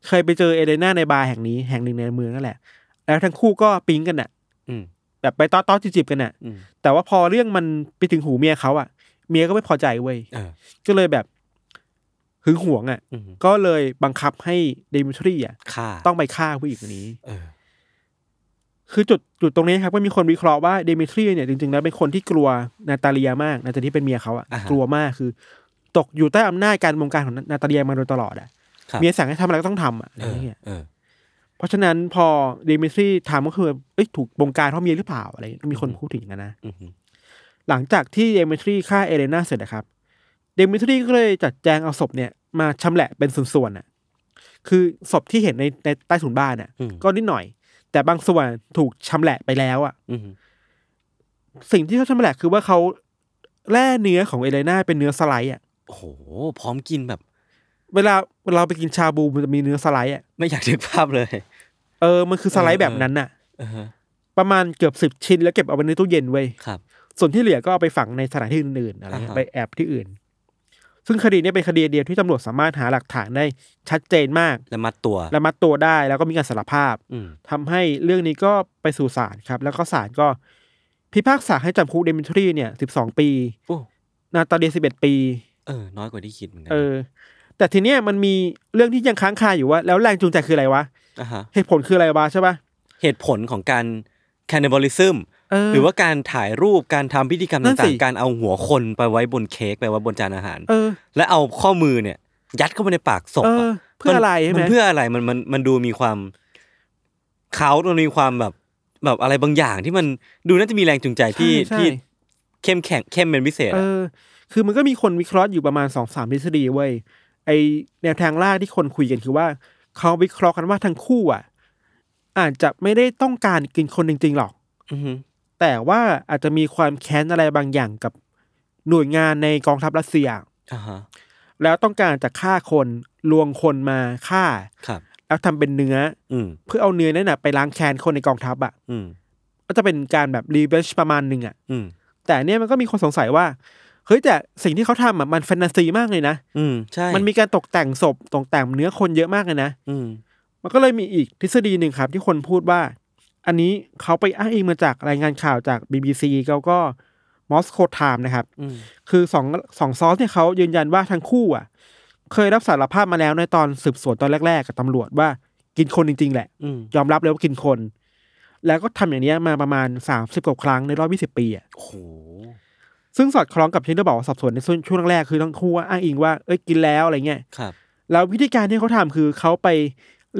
[SPEAKER 3] เคยไปเจอเอเลนาในบาร์แห่งนี้แห่งหนึ่งในเมืองนั่นแหละ แล้วทั้งคู่ก็ปิ๊งกันน่ะ
[SPEAKER 2] อืม
[SPEAKER 3] แบบไปต้อต้อจีบๆกันน่ะ
[SPEAKER 2] อืม
[SPEAKER 3] แต่ว่าพอเรื่องมันไปถึงหูเมียเขาอ่ะ เมียก็ไม่พอใจเว้ย
[SPEAKER 2] เออ
[SPEAKER 3] ก็เลยแบบหึงหวงอ่ะ
[SPEAKER 2] อืม
[SPEAKER 3] ก็เลยบังคับให้เดมิทรีอ่ะ
[SPEAKER 2] ฆ่า
[SPEAKER 3] ต้องไปฆ่าผู้หญิงคนนี้
[SPEAKER 2] เออ
[SPEAKER 3] คือจุดจุดตรงนี้ครับก็มีคนวิเคราะห์ว่าเดมิทรีเนี่ยจริงๆแล้วเป็นคนที่กลัวนาตาเลียมากนาตาลีเป็นเมียเขาอะ
[SPEAKER 2] อ่าฮะ
[SPEAKER 3] กลัวมากคือ ตกอยู่ใต้อำนาจการบงการของนาตาเลียมาโดยตลอดอะ
[SPEAKER 2] ครับ
[SPEAKER 3] เมียสั่งให้ทำอะไรก็ต้องทำอะอะไร
[SPEAKER 2] เออ
[SPEAKER 3] เงี้ย
[SPEAKER 2] เออ
[SPEAKER 3] เพราะฉะนั้นพอเดมิทรีทำก็คือเอ้ยถูกบงการเพราะเมียหรือเปล่าอะไรเงี้ยมีคน
[SPEAKER 2] อืม
[SPEAKER 3] พูดถึงกันนะ
[SPEAKER 2] อือหือ
[SPEAKER 3] หลังจากที่เดมิทรีฆ่าเอเลนาเสร็จนะครับเดมิทรีก็เลยจัดแจงเอาศพเนี่ยมาชำแหละเป็นส่วนๆอะคือศพที่เห็นในในใต้ถุนบ้านอะ
[SPEAKER 2] อืม
[SPEAKER 3] ก็นิดหน่อย แต่บางส่วนถูกชำแหละไปแล้วอะ
[SPEAKER 2] อือหือ
[SPEAKER 3] สิ่งที่เขาทำแหละคือว่าเขาแร่เนื้อของเอเลน่าเป็นเนื้อสไลด์อ่ะ
[SPEAKER 2] โอ้โห พร้อมกินแบบ
[SPEAKER 3] เวลาเวลาเราไปกินชาบูมันจะมีเนื้อสไลด์อ่ะ
[SPEAKER 2] ไม่อยากนึกภาพเลย
[SPEAKER 3] เออ มันคือสไลด์
[SPEAKER 2] เออ
[SPEAKER 3] แบบนั้นน่ะ
[SPEAKER 2] เออฮะ
[SPEAKER 3] ประมาณเกือบสิบ10 ชิ้นแล้วเก็บเอาไว้ในตู้เย็นไว้ย
[SPEAKER 2] ครับ
[SPEAKER 3] ส่วนที่เหลือก็เอาไปฝังในสถานที่อื่นๆอะไร
[SPEAKER 2] อ่า
[SPEAKER 3] เงี้ย
[SPEAKER 2] ฮะ
[SPEAKER 3] ไปแอบที่อื่น ซึ่งคดีเนี้เป็นคดีเดียวที่ตำรวจสามารถหาหลักฐานได้ชัดเจนมาก
[SPEAKER 2] แล้วมัดตัว
[SPEAKER 3] และมัดตัวได้แล้วก็มีการสารภาพ
[SPEAKER 2] อืม
[SPEAKER 3] ทำให้เรื่องนี้ก็ไปสู่ศาลครับ แล้วก็ศาลก็พิพากษาให้จำคุกเดมิทรีเนี่ยสิบสองปี
[SPEAKER 2] โอ้
[SPEAKER 3] นาตาเลียสิบเอ็ดปี
[SPEAKER 2] เออ น้อยกว่าที่คิดเหมือนกั
[SPEAKER 3] เออ แต่ทีเนี้ยมันมีเรื่องที่ยังค้างคาอยู่ว่า แล้วแรงจูงใจคืออะไรวะ
[SPEAKER 2] อ่ะฮะ
[SPEAKER 3] เหตุผลคืออะไรวะใช่ปะ
[SPEAKER 2] เหตุผลของการ cannibalism
[SPEAKER 3] เห
[SPEAKER 2] รือว่าการถ่ายรูปการทำพิธีกรรม
[SPEAKER 3] นั่นสิ
[SPEAKER 2] ต่างๆ การเอาหัวคนไปไว้บนเค้กไปไว้บนจานอาหาร
[SPEAKER 3] เออ
[SPEAKER 2] และเอาข้อมือเนี่ย ยัดเข้าไปในปากศพ
[SPEAKER 3] เอ
[SPEAKER 2] อะ
[SPEAKER 3] อ เพื่ออะไรใช่ไห
[SPEAKER 2] มั
[SPEAKER 3] ม
[SPEAKER 2] นเพื่ออะไรมันมันมันดูมีความเขามันมีความแบบแบบอะไรบางอย่างที่มันดูน่าจะมีแรงจูงใจที่
[SPEAKER 3] ใช่
[SPEAKER 2] ที่
[SPEAKER 3] ใช่
[SPEAKER 2] เข้มแข็งเข้มเป็นพิเศษ
[SPEAKER 3] เอ
[SPEAKER 2] อะ
[SPEAKER 3] อ คือมันก็มีคนวิเคราะห์อยู่ประมาณสองสามทฤษฎีเว้ยไอแนวทางล่าที่คนคุยกันคือว่า เขาวิเคราะห์กันว่าทั้งคู่อ่ะ อาจจะไม่ได้ต้องการกินคนจริง ๆ หรอก
[SPEAKER 2] อือฮึ
[SPEAKER 3] แต่ว่าอาจจะมีความแค้นอะไรบางอย่างกับหน่วยงานในกองทัพรัสเซีย
[SPEAKER 2] อ่าฮะ
[SPEAKER 3] แล้วต้องการจะฆ่าคนลวงคนมาฆ่า
[SPEAKER 2] ครับ
[SPEAKER 3] แล้วทำเป็นเนื้อ
[SPEAKER 2] อืม
[SPEAKER 3] เพื่อเอาเนื้อนั่นน่ะไปล้างแค้นคนในกองทัพอ่ะ
[SPEAKER 2] อืม
[SPEAKER 3] ก็จะเป็นการแบบรีเวชประมาณหนึ่งอ่ะ
[SPEAKER 2] อืม
[SPEAKER 3] แต่เนี่ยมันก็มีคนสงสัยว่าเฮ้ยแต่สิ่งที่เขาทำอ่ะมันแฟนตาซีมากเลยนะ
[SPEAKER 2] อืมใช่
[SPEAKER 3] มันมีการตกแต่งศพตกแต่งเนื้อคนเยอะมากเลยนะ
[SPEAKER 2] อืม
[SPEAKER 3] มันก็เลยมีอีกทฤษฎีหนึ่งครับ ที่คนพูดว่า อันนี้เขาไปอ้างอิงมาจากรายงานข่าวจาก BBC แล้วก็มอสโกไทม์นะครับ
[SPEAKER 2] อืม
[SPEAKER 3] คือสองสองซอสเนี่ยเขายืนยันว่าทั้งคู่อ่ะ เคยรับสารภาพมาแล้วในตอนสืบสวนตอนแรกๆ กับตำรวจว่ากินคนจริง ๆ แหละ
[SPEAKER 2] อืม
[SPEAKER 3] ยอมรับเลยว่ากินคน แล้วก็ทำอย่างเนี้ยมาประมาณ 30กว่าครั้งในรอบ 20 ปีอ่ะ
[SPEAKER 2] โอ้โห
[SPEAKER 3] ซึ่งสอดคล้องกับที่เราบอกว่าสอบสวนในช่วงแรกๆคือทั้งคู่ว่าอ้างอิงว่าเอ้ยกินแล้วอะไรเงี้ย
[SPEAKER 2] ครับ
[SPEAKER 3] แล้ววิธีการที่เขาทำคือเขาไป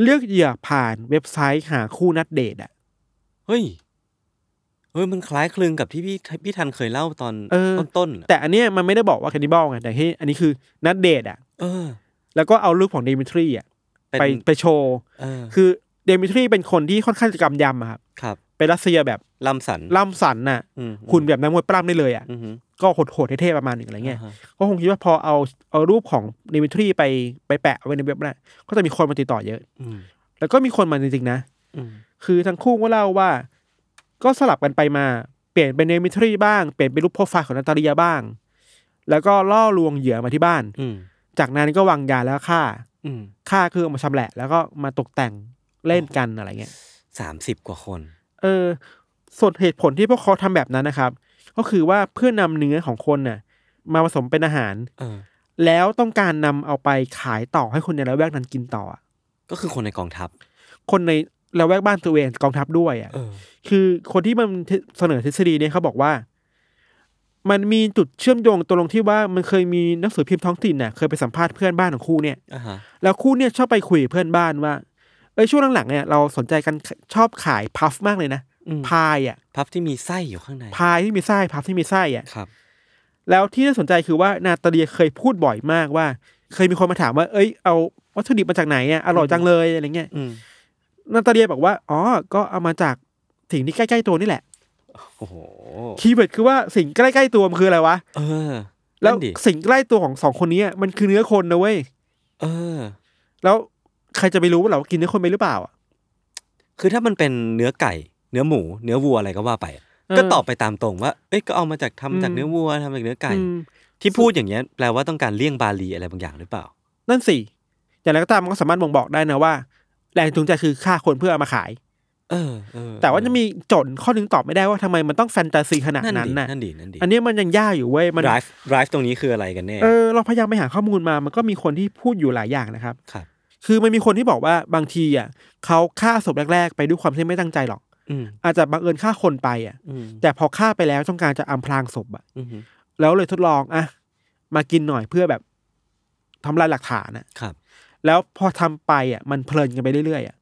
[SPEAKER 3] เลือกเหยื่อผ่านเว็บไซต์หาคู่นัดเดทอ่ะ
[SPEAKER 2] เฮ้ยเฮ้ยมันคล้ายคลึงกับที่พี่พี่ทันเคยเล่าตอน
[SPEAKER 3] เออ
[SPEAKER 2] ต้นต้นๆอะ
[SPEAKER 3] แต่อันเนี้ยมันไม่ได้บอกว่าแคนนิบอลไงแต่ที่อันนี้คือนัดเดทอ่ะ
[SPEAKER 2] เออ
[SPEAKER 3] แล้วก็เอารูปของเดมิทรีอ่ะ
[SPEAKER 2] เป็น
[SPEAKER 3] ไปไปโชว์
[SPEAKER 2] เออ
[SPEAKER 3] คือเดมิทรีเป็นคนที่ค่อนข้างจะกำยำอะครับ
[SPEAKER 2] ครับ
[SPEAKER 3] เป็นรัสเซียแบบ
[SPEAKER 2] ลำสัน
[SPEAKER 3] ล่ำสันน่ะ
[SPEAKER 2] อืม
[SPEAKER 3] หุ่นแบบนักมวยปล้ำได้เลยอ่ะ
[SPEAKER 2] อืมอืม
[SPEAKER 3] ก็โหดๆเท่ๆประมาณหนึ่งอะไรเงี้ย
[SPEAKER 2] าฮะ
[SPEAKER 3] ก็คงคิดว่าพอเอาเอารูปของเดมิทรีไปไปแปะไว้ในเว็บน่ะก็จะมีคนมาติดต่อเยอะ
[SPEAKER 2] อืม
[SPEAKER 3] แล้วก็มีคนมาจริงๆนะ
[SPEAKER 2] อืม
[SPEAKER 3] คือทั้งคู่ก็เล่าว่า ก็สลับกันไปมาเปลี่ยนเป็นเนมิทรีบ้าง เปลี่ยนเป็นรูปโปรไฟล์ของนาตาเลียบ้าง แล้วก็ล่อลวงเหยื่อมาที่บ้าน
[SPEAKER 2] อืม
[SPEAKER 3] จากนั้นก็วางยาแล้วฆ่า
[SPEAKER 2] อืม
[SPEAKER 3] ฆ่าคือเอามาชำแหละแล้วก็มาตกแต่งเล่นกันอะไรเงี้ย
[SPEAKER 2] สามสิบกว่าคน
[SPEAKER 3] เออส่วนเหตุผลที่พวกเขาทำแบบนั้นนะครับ ก็คือว่าเพื่อนำเนื้อของคนน่ะ มาผสมเป็นอาหาร
[SPEAKER 2] เออ
[SPEAKER 3] แล้วต้องการนำเอาไปขายต่อให้คนในละแวกนั้นกินต่ออะ
[SPEAKER 2] ก็คือคนในกองทัพ
[SPEAKER 3] คนในละแวกบ้านตัวเองกองทัพด้วยอ่ะ
[SPEAKER 2] เออ
[SPEAKER 3] คือคนที่มันเสนอทฤษฎีเนี่ยเขาบอกว่า มันมีจุดเชื่อมโยงตรงที่ว่ามันเคยมีหนังสือพิมพ์ท้องถิ่นน่ะเคยไปสัมภาษณ์เพื่อนบ้านของคู่เนี่ย
[SPEAKER 2] อ่าฮะ
[SPEAKER 3] แล้วคู่เนี่ยชอบไปคุยกับเพื่อนบ้านว่าเอ้ยช่วงหลังๆเนี่ยเราสนใจกันชอบขายพัฟมากเลยนะ
[SPEAKER 2] อืม
[SPEAKER 3] พายอ่ะ
[SPEAKER 2] พับที่มีไส้อยู่ข้างใน
[SPEAKER 3] พายที่มีไส้พัฟที่มีไส้อ่ะ
[SPEAKER 2] ครับ
[SPEAKER 3] แล้วที่น่าสนใจคือว่านาตาเลียเคยพูดบ่อยมากว่า เคยมีคนมาถามว่า เอ้ยเอาวัตถุดิบมาจากไหนอ่ะอร่อยจังเลยอะไรเงี้ย
[SPEAKER 2] อืม
[SPEAKER 3] นาตาเลียบอกว่าอ๋อก็เอามาจากสิ่งที่ใกล้ๆตัวนี่แหละ
[SPEAKER 2] โอ้โห
[SPEAKER 3] คีย์เวิร์ดคือว่าสิ่งใกล้ๆตัวมันคืออะไรวะ
[SPEAKER 2] เออ
[SPEAKER 3] แล้ว
[SPEAKER 2] นั่นดิ
[SPEAKER 3] สิ่งใกล้ตัวของสองคนนี้มันคือเนื้อคนนะเว้ย
[SPEAKER 2] เออ
[SPEAKER 3] แล้วใครจะไปรู้ว่าเรากินเนื้อคนไปหรือเปล่าอ่ะ
[SPEAKER 2] คือถ้ามันเป็นเนื้อไก่ เนื้อหมู เนื้อวัวอะไรก็ว่าไป
[SPEAKER 3] เออ
[SPEAKER 2] ก็ตอบไปตามตรงว่า เอ้ย ก็เอามาจากทำมาจาก
[SPEAKER 3] อืม
[SPEAKER 2] เนื้อวัวทำจากเนื้อไก่
[SPEAKER 3] อืม
[SPEAKER 2] ที่พูดอย่างเงี้ยแปลว่าต้องการเลี่ยงบาลีอะไรบางอย่างหรือเปล่า
[SPEAKER 3] นั่นสิ อย่างไรก็ตามมันก็สามารถบ่งบอกได้นะว่า แรงจูงใจคือฆ่าคนเพื่อเอามาขาย
[SPEAKER 2] เออเออ
[SPEAKER 3] แต่ว่าจะมีโจทย์ข้อหนึงตอบไม่ได้ว่าทำไมมันต้องแฟนตาซีขนาด
[SPEAKER 2] นั่น
[SPEAKER 3] นั้น
[SPEAKER 2] ดิ
[SPEAKER 3] น่ะ
[SPEAKER 2] นั่นดินั่นดิ
[SPEAKER 3] อันนี้มันยังยากอยู่เว้ย มัน
[SPEAKER 2] ไ i ฟ์ drive ตรงนี้คืออะไรกันแน่
[SPEAKER 3] เออเราพยายามไปหาข้อมูลมา มันก็มีคนที่พูดอยู่หลายอย่างนะครับ
[SPEAKER 2] ครับ
[SPEAKER 3] คือมันมีคนที่บอกว่าบางทีอ่ะเขาฆ่าศพแรก ๆ ไปด้วยความที่ไม่ตั้งใจหรอก
[SPEAKER 2] อืม
[SPEAKER 3] อาจจะบังเอิญฆ่าคนไปอ่ะ
[SPEAKER 2] อืม
[SPEAKER 3] แต่พอฆ่าไปแล้วต้องการจะอำพรางศพอะ
[SPEAKER 2] อืม
[SPEAKER 3] แล้วเลยทดลองอะมากินหน่อยเพื่อแบบทำลายหลักฐานอะ
[SPEAKER 2] ครับ
[SPEAKER 3] แล้วพอทำไปอะมันเพลินกันไปเรื่อยๆอะ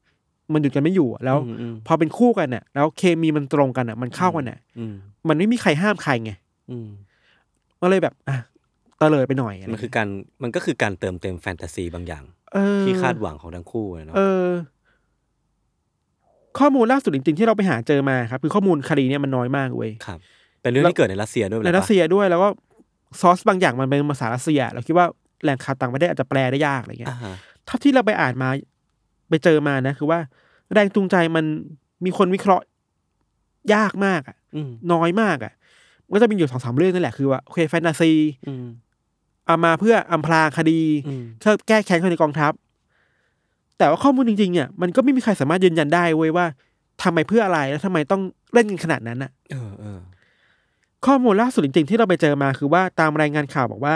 [SPEAKER 3] มันหยุดกันไม่อยู่อะแล้ว
[SPEAKER 2] อืมอืม
[SPEAKER 3] พอเป็นคู่กันอะแล้วเคมีมันตรงกันอะมันเข้ากันอะ
[SPEAKER 2] อืม
[SPEAKER 3] มันไม่มีใครห้ามใครไง
[SPEAKER 2] อืม
[SPEAKER 3] ก็เลยแบบอ่ะตะเลยไปหน่อยะไร
[SPEAKER 2] มันคือการมันก็คือการเติมเต็มแฟนตาซีบางอย่าง
[SPEAKER 3] เออ
[SPEAKER 2] ที่คาดหวังของทั้งคู่อะเนาะ
[SPEAKER 3] เออ ข้อมูลล่าสุดจริงๆที่เราไปหาเจอมาครับ คือข้อมูลคดีเนี่ยมันน้อยมากเว้ย
[SPEAKER 2] ครับ เป็นเรื่องที่เกิดในรัสเซียด้วย
[SPEAKER 3] ใน
[SPEAKER 2] ยปะ
[SPEAKER 3] รัสเซียด้วยแล้วก็ซอสบางอย่างมันเป็นภาษารัสเซีย เราคิดว่าแหล่งข่าวต่างประเทศอาจจะแปลได้ยากอะไรเงี้
[SPEAKER 2] อ่าย ฮะ
[SPEAKER 3] เท่าที่เราไปอ่านมาไปเจอมานะ คือว่า แรงจูงใจมันมีคนวิเคราะห์ยากมากอะ
[SPEAKER 2] อืม
[SPEAKER 3] น้อยมากอะมันก็จะมีอยู่สองสามเรื่องนั่นแหละคือว่าโอเคแฟนตาซี
[SPEAKER 2] อืม
[SPEAKER 3] เอามาเพื่ออำพรางคดี
[SPEAKER 2] อืม
[SPEAKER 3] เพื่อแก้แค้นคนในกองทัพ แต่ว่าข้อมูลจริงๆเนี่ยมันก็ไม่มีใครสามารถยืนยันได้เว้ยว่าทำไมเพื่ออะไรแล้วทำไมต้องเล่นกันขนาดนั้นอะ
[SPEAKER 2] เออเออ
[SPEAKER 3] ข้อมูลล่าสุดจริงๆที่เราไปเจอมาคือว่าตามรายงานข่าวบอกว่า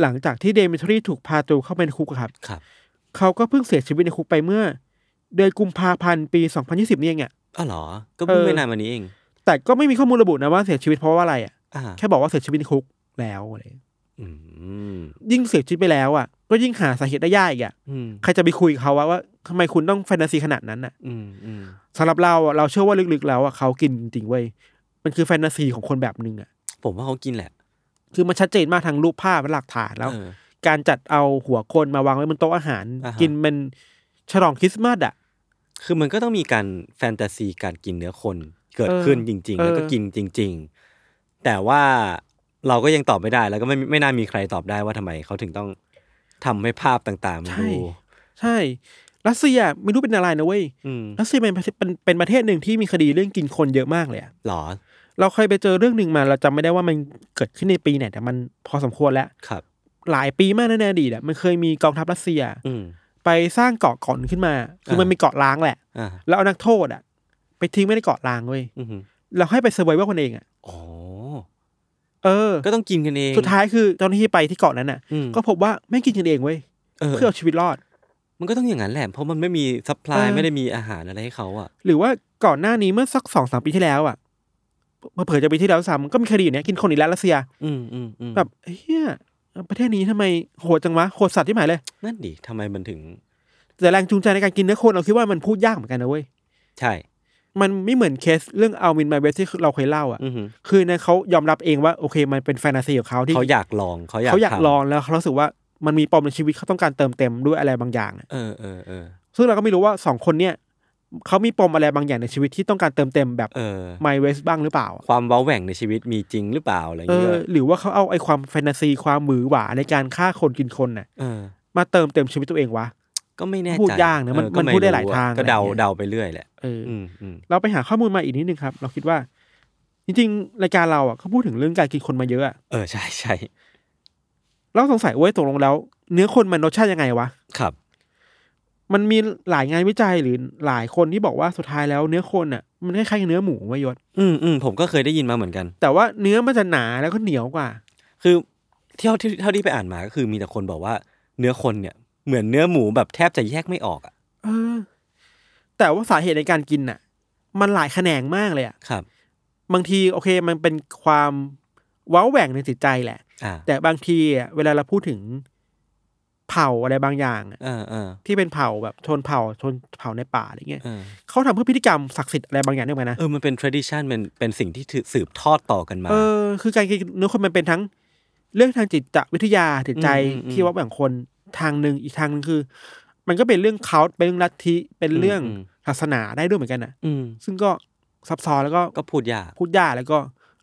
[SPEAKER 3] หลังจากที่เดมิทรีถูกพาตัวเข้าไปในคุกอะครับ
[SPEAKER 2] ครับ
[SPEAKER 3] เขาก็เพิ่งเสียชีวิตในคุกไปเมื่อ เดือนกุมภาพันธ์ปี 2020เนี่ยไง
[SPEAKER 2] อ๋อเหรอ ก็เพิ่ง
[SPEAKER 3] เออ
[SPEAKER 2] ไม่นานมานี้เอง
[SPEAKER 3] แต่ก็ไม่มีข้อมูลระบุนะว่าเสียชีวิตเพราะว่าอะไรอ่ะ
[SPEAKER 2] อ่า
[SPEAKER 3] แค่บอกว่าเสียชีวิตในคุกแล้วอะไร
[SPEAKER 2] อืม
[SPEAKER 3] ยิ่งเสียชีวิตไปแล้วอ่ะก็ยิ่งหาสาเหตุได้ยากอีกอ่ะ
[SPEAKER 2] อืม
[SPEAKER 3] ใครจะไปคุยกับเขาว่าว่าทำไมคุณต้องแฟนตาซีขนาดนั้นอ่ะ
[SPEAKER 2] อืมอืม
[SPEAKER 3] สำหรับเราอะเราเชื่อว่าลึกๆแล้วอ่ะเขากินจริงๆเว้ยมันคือแฟนตาซีของคนแบบหนึ่งอ่ะ
[SPEAKER 2] ผมว่าเขากินแหละ
[SPEAKER 3] คือมันชัดเจนมากทางรูปภาพและหลักฐานแล้ว
[SPEAKER 2] เออ
[SPEAKER 3] การจัดเอาหัวคนมาวางไว้บนโต๊ะอาหาร
[SPEAKER 2] อ่าฮะ
[SPEAKER 3] กินเป็น ฉลองคริสต์มาสอ่ะ
[SPEAKER 2] คือมันก็ต้องมีการแฟนตาซีการกินเนื้อคนเกิด
[SPEAKER 3] เออ
[SPEAKER 2] ขึ้นจริง
[SPEAKER 3] เอ
[SPEAKER 2] ๆ
[SPEAKER 3] อ
[SPEAKER 2] แล้วก็กินจริง ๆ แต่ว่าเราก็ยังตอบไม่ได้ แล้วก็ไม่ไม่น่ามีใครตอบได้ว่าทำไมเขาถึงต้องทำให้ภาพต่างๆมันดู
[SPEAKER 3] ใช่ รัสเซียไม่รู้เป็นอะไรนะเว้ย
[SPEAKER 2] อืม
[SPEAKER 3] รัสเซียเป็นประเทศเป็นเป็นประเทศหนึ่งที่มีคดีเรื่องกินคนเยอะมากเลยอะ
[SPEAKER 2] หรอ
[SPEAKER 3] เราเคยไปเจอเรื่องหนึ่งมาเราจำไม่ได้ว่ามันเกิดขึ้นในปีไหนแต่มันพอสมควรแล้ว
[SPEAKER 2] ครับ
[SPEAKER 3] หลายปีมากนะในอดีตอะมันเคยมีกองทัพรัสเซีย
[SPEAKER 2] อืม
[SPEAKER 3] ไปสร้างเกาะเก่อนงขึ้นมา คือมัน
[SPEAKER 2] อ่ามี
[SPEAKER 3] มีเกาะล้างแหละ
[SPEAKER 2] อ่า
[SPEAKER 3] แล้วเอานักโทษอะไปทิ้งไม่ได้เกาะล้างเว้ย
[SPEAKER 2] อืม
[SPEAKER 3] เราให้ไปเซอร์ไวเวอร์คนเองอะ
[SPEAKER 2] โอ้
[SPEAKER 3] เออ
[SPEAKER 2] ก็ต้องกินกันเอง
[SPEAKER 3] สุดท้ายคือเจ้าหน้าที่ไปที่เกาะนั้นอะ
[SPEAKER 2] อืม
[SPEAKER 3] ก็พบว่าไม่งกินกันเองเว้ย
[SPEAKER 2] เออ
[SPEAKER 3] เพื่อเอาชีวิตรอด
[SPEAKER 2] มันก็ต้องอย่างนั้นแหละเพราะมันไม่มีซัพพลาย
[SPEAKER 3] เออ
[SPEAKER 2] ไม่ได้มีอาหารอะไรให้เขาอ่ะ
[SPEAKER 3] หรือว่าก่อนหน้านี้เมื่อสักสองสามปีที่แล้วอะเผื่อๆจะปีที่แล้วซ้ำก็มีคดีอยู่เนี้ยกินคนอีกแล้วรัสเซีย
[SPEAKER 2] อืมอืมอืม
[SPEAKER 3] แบบเฮียประเทศนี้ทำไมโหดจังวะโหดสัตว์ที่หมายเลย
[SPEAKER 2] นั่นดิทำไมมันถึง
[SPEAKER 3] แต่แรงจูงใจในการกินเนื้อคนเราคิดว่ามันพูดยากเหมือนกันนะเว้ย
[SPEAKER 2] ใช่
[SPEAKER 3] มันไม่เหมือนเคสเรื่องอัลมินมาเวสที่เราเคยเล่าอ่ะ
[SPEAKER 2] อือหือ
[SPEAKER 3] คือในนเขายอมรับเองว่าโอเคมันเป็นแฟนตาซีของเขาที่
[SPEAKER 2] เขาอยากลองเขาอยาก
[SPEAKER 3] เขาอยาก
[SPEAKER 2] ทำ
[SPEAKER 3] ลองแล้วเขารู้สึกว่ามันมีปมในชีวิตเขาต้องการเติมเต็มด้วยอะไรบางอย่างอะ
[SPEAKER 2] เออเออเออ
[SPEAKER 3] ซึ่งเราก็ไม่รู้ว่าสองคนเนี่ยเขามีปมอะไรบางอย่างในชีวิตที่ต้องการเติมเต็มแบบ
[SPEAKER 2] เออ
[SPEAKER 3] ไมเวสบ้างหรือเปล่าอะ
[SPEAKER 2] ความเว้าแหว่งในชีวิตมีจริงหรือเปล่าอะไรอ
[SPEAKER 3] เอย่าง
[SPEAKER 2] เงี้
[SPEAKER 3] อย หรือว่าเขาเอาไอ้ความแฟนตาซีความหมือหวาในการฆ่าคนกินคนน่ะ
[SPEAKER 2] เออ
[SPEAKER 3] มาเติมเต็มชีวิตตัวเองวะ
[SPEAKER 2] ก็ไม่แน่ใจ
[SPEAKER 3] พูดยากนะมัน
[SPEAKER 2] เออก็
[SPEAKER 3] มันพูดได้หลาย
[SPEAKER 2] รู้อะ
[SPEAKER 3] ทาง
[SPEAKER 2] ก็เดา
[SPEAKER 3] อะไรเงี้ย
[SPEAKER 2] เดาไปเรื่อยแหละ
[SPEAKER 3] เอออ
[SPEAKER 2] อืมอืม
[SPEAKER 3] เราไปหาข้อมูลมาอีกนิดนึงครับ เราคิดว่า จริงๆ รายการเราอ่ะเขาพูดถึงเรื่องการกินคนมาเยอะอะ
[SPEAKER 2] เออใช่ใช่
[SPEAKER 3] เราสงสัยเว้ยตกลงแล้ว เนื้อคนมันรสชาติยังไงวะ
[SPEAKER 2] ครับ
[SPEAKER 3] มันมีหลายงานวิจัยหรือหลายคนที่บอกว่าสุดท้ายแล้วเนื้อคนอ่ะมันคล้ายๆกับเนื้อหมูเวยยศ
[SPEAKER 2] อืมอืมผมก็เคยได้ยินมาเหมือนกัน
[SPEAKER 3] แต่ว่าเนื้อมันจะหนาแล้วก็เหนียวกว่า
[SPEAKER 2] คือเท่าที่เท่าที่ไปอ่านมาก็คือมีแต่คนบอกว่าเนื้อคนเนี่ยเหมือนเนื้อหมูแบบแทบจะแยกไม่ออกอ่ะ
[SPEAKER 3] เออ แต่ว่าสาเหตุในการกินอ่ะ มันหลายแขนงมากเลยอ่ะ
[SPEAKER 2] ครับ
[SPEAKER 3] บางทีโอเค มันเป็นความว้าวแหว่งในจิตใจแหละ
[SPEAKER 2] อ่า
[SPEAKER 3] แต่บางทีอะเวลาเราพูดถึงเผ่าอะไรบางอย่างอะ
[SPEAKER 2] เออเออ
[SPEAKER 3] ที่เป็นเผ่าแบบชนเผ่าชนเผ่าในป่าอะไรเงี้ย
[SPEAKER 2] เออ
[SPEAKER 3] เขาทำเพื่อพิธีกรรมศักดิ์สิทธิ์อะไรบางอย่างด้วยกันนะ
[SPEAKER 2] เออมันเป็น tradition เป็นเป็นสิ่งที่ถือสืบทอดต่อกันมา
[SPEAKER 3] เออคือการกินเนื้อคนมันเป็นทั้ง เรื่องทางจิตวิทยาจิตใจ
[SPEAKER 2] อืมอืม
[SPEAKER 3] ที่ว่าแบ่งคนทางหนึ่งอีกทางหนึงคือ มันก็เป็นเรื่องเขาเป็นเรื่องลัทธิเป็นเรื่อง
[SPEAKER 2] อืมอืม
[SPEAKER 3] ศาสนาได้ด้วยเหมือนกันนะ
[SPEAKER 2] อืม
[SPEAKER 3] ซึ่งก็ซับซ้อนแล้วก็
[SPEAKER 2] ก็พูดยาก
[SPEAKER 3] พูดยากแล้วก็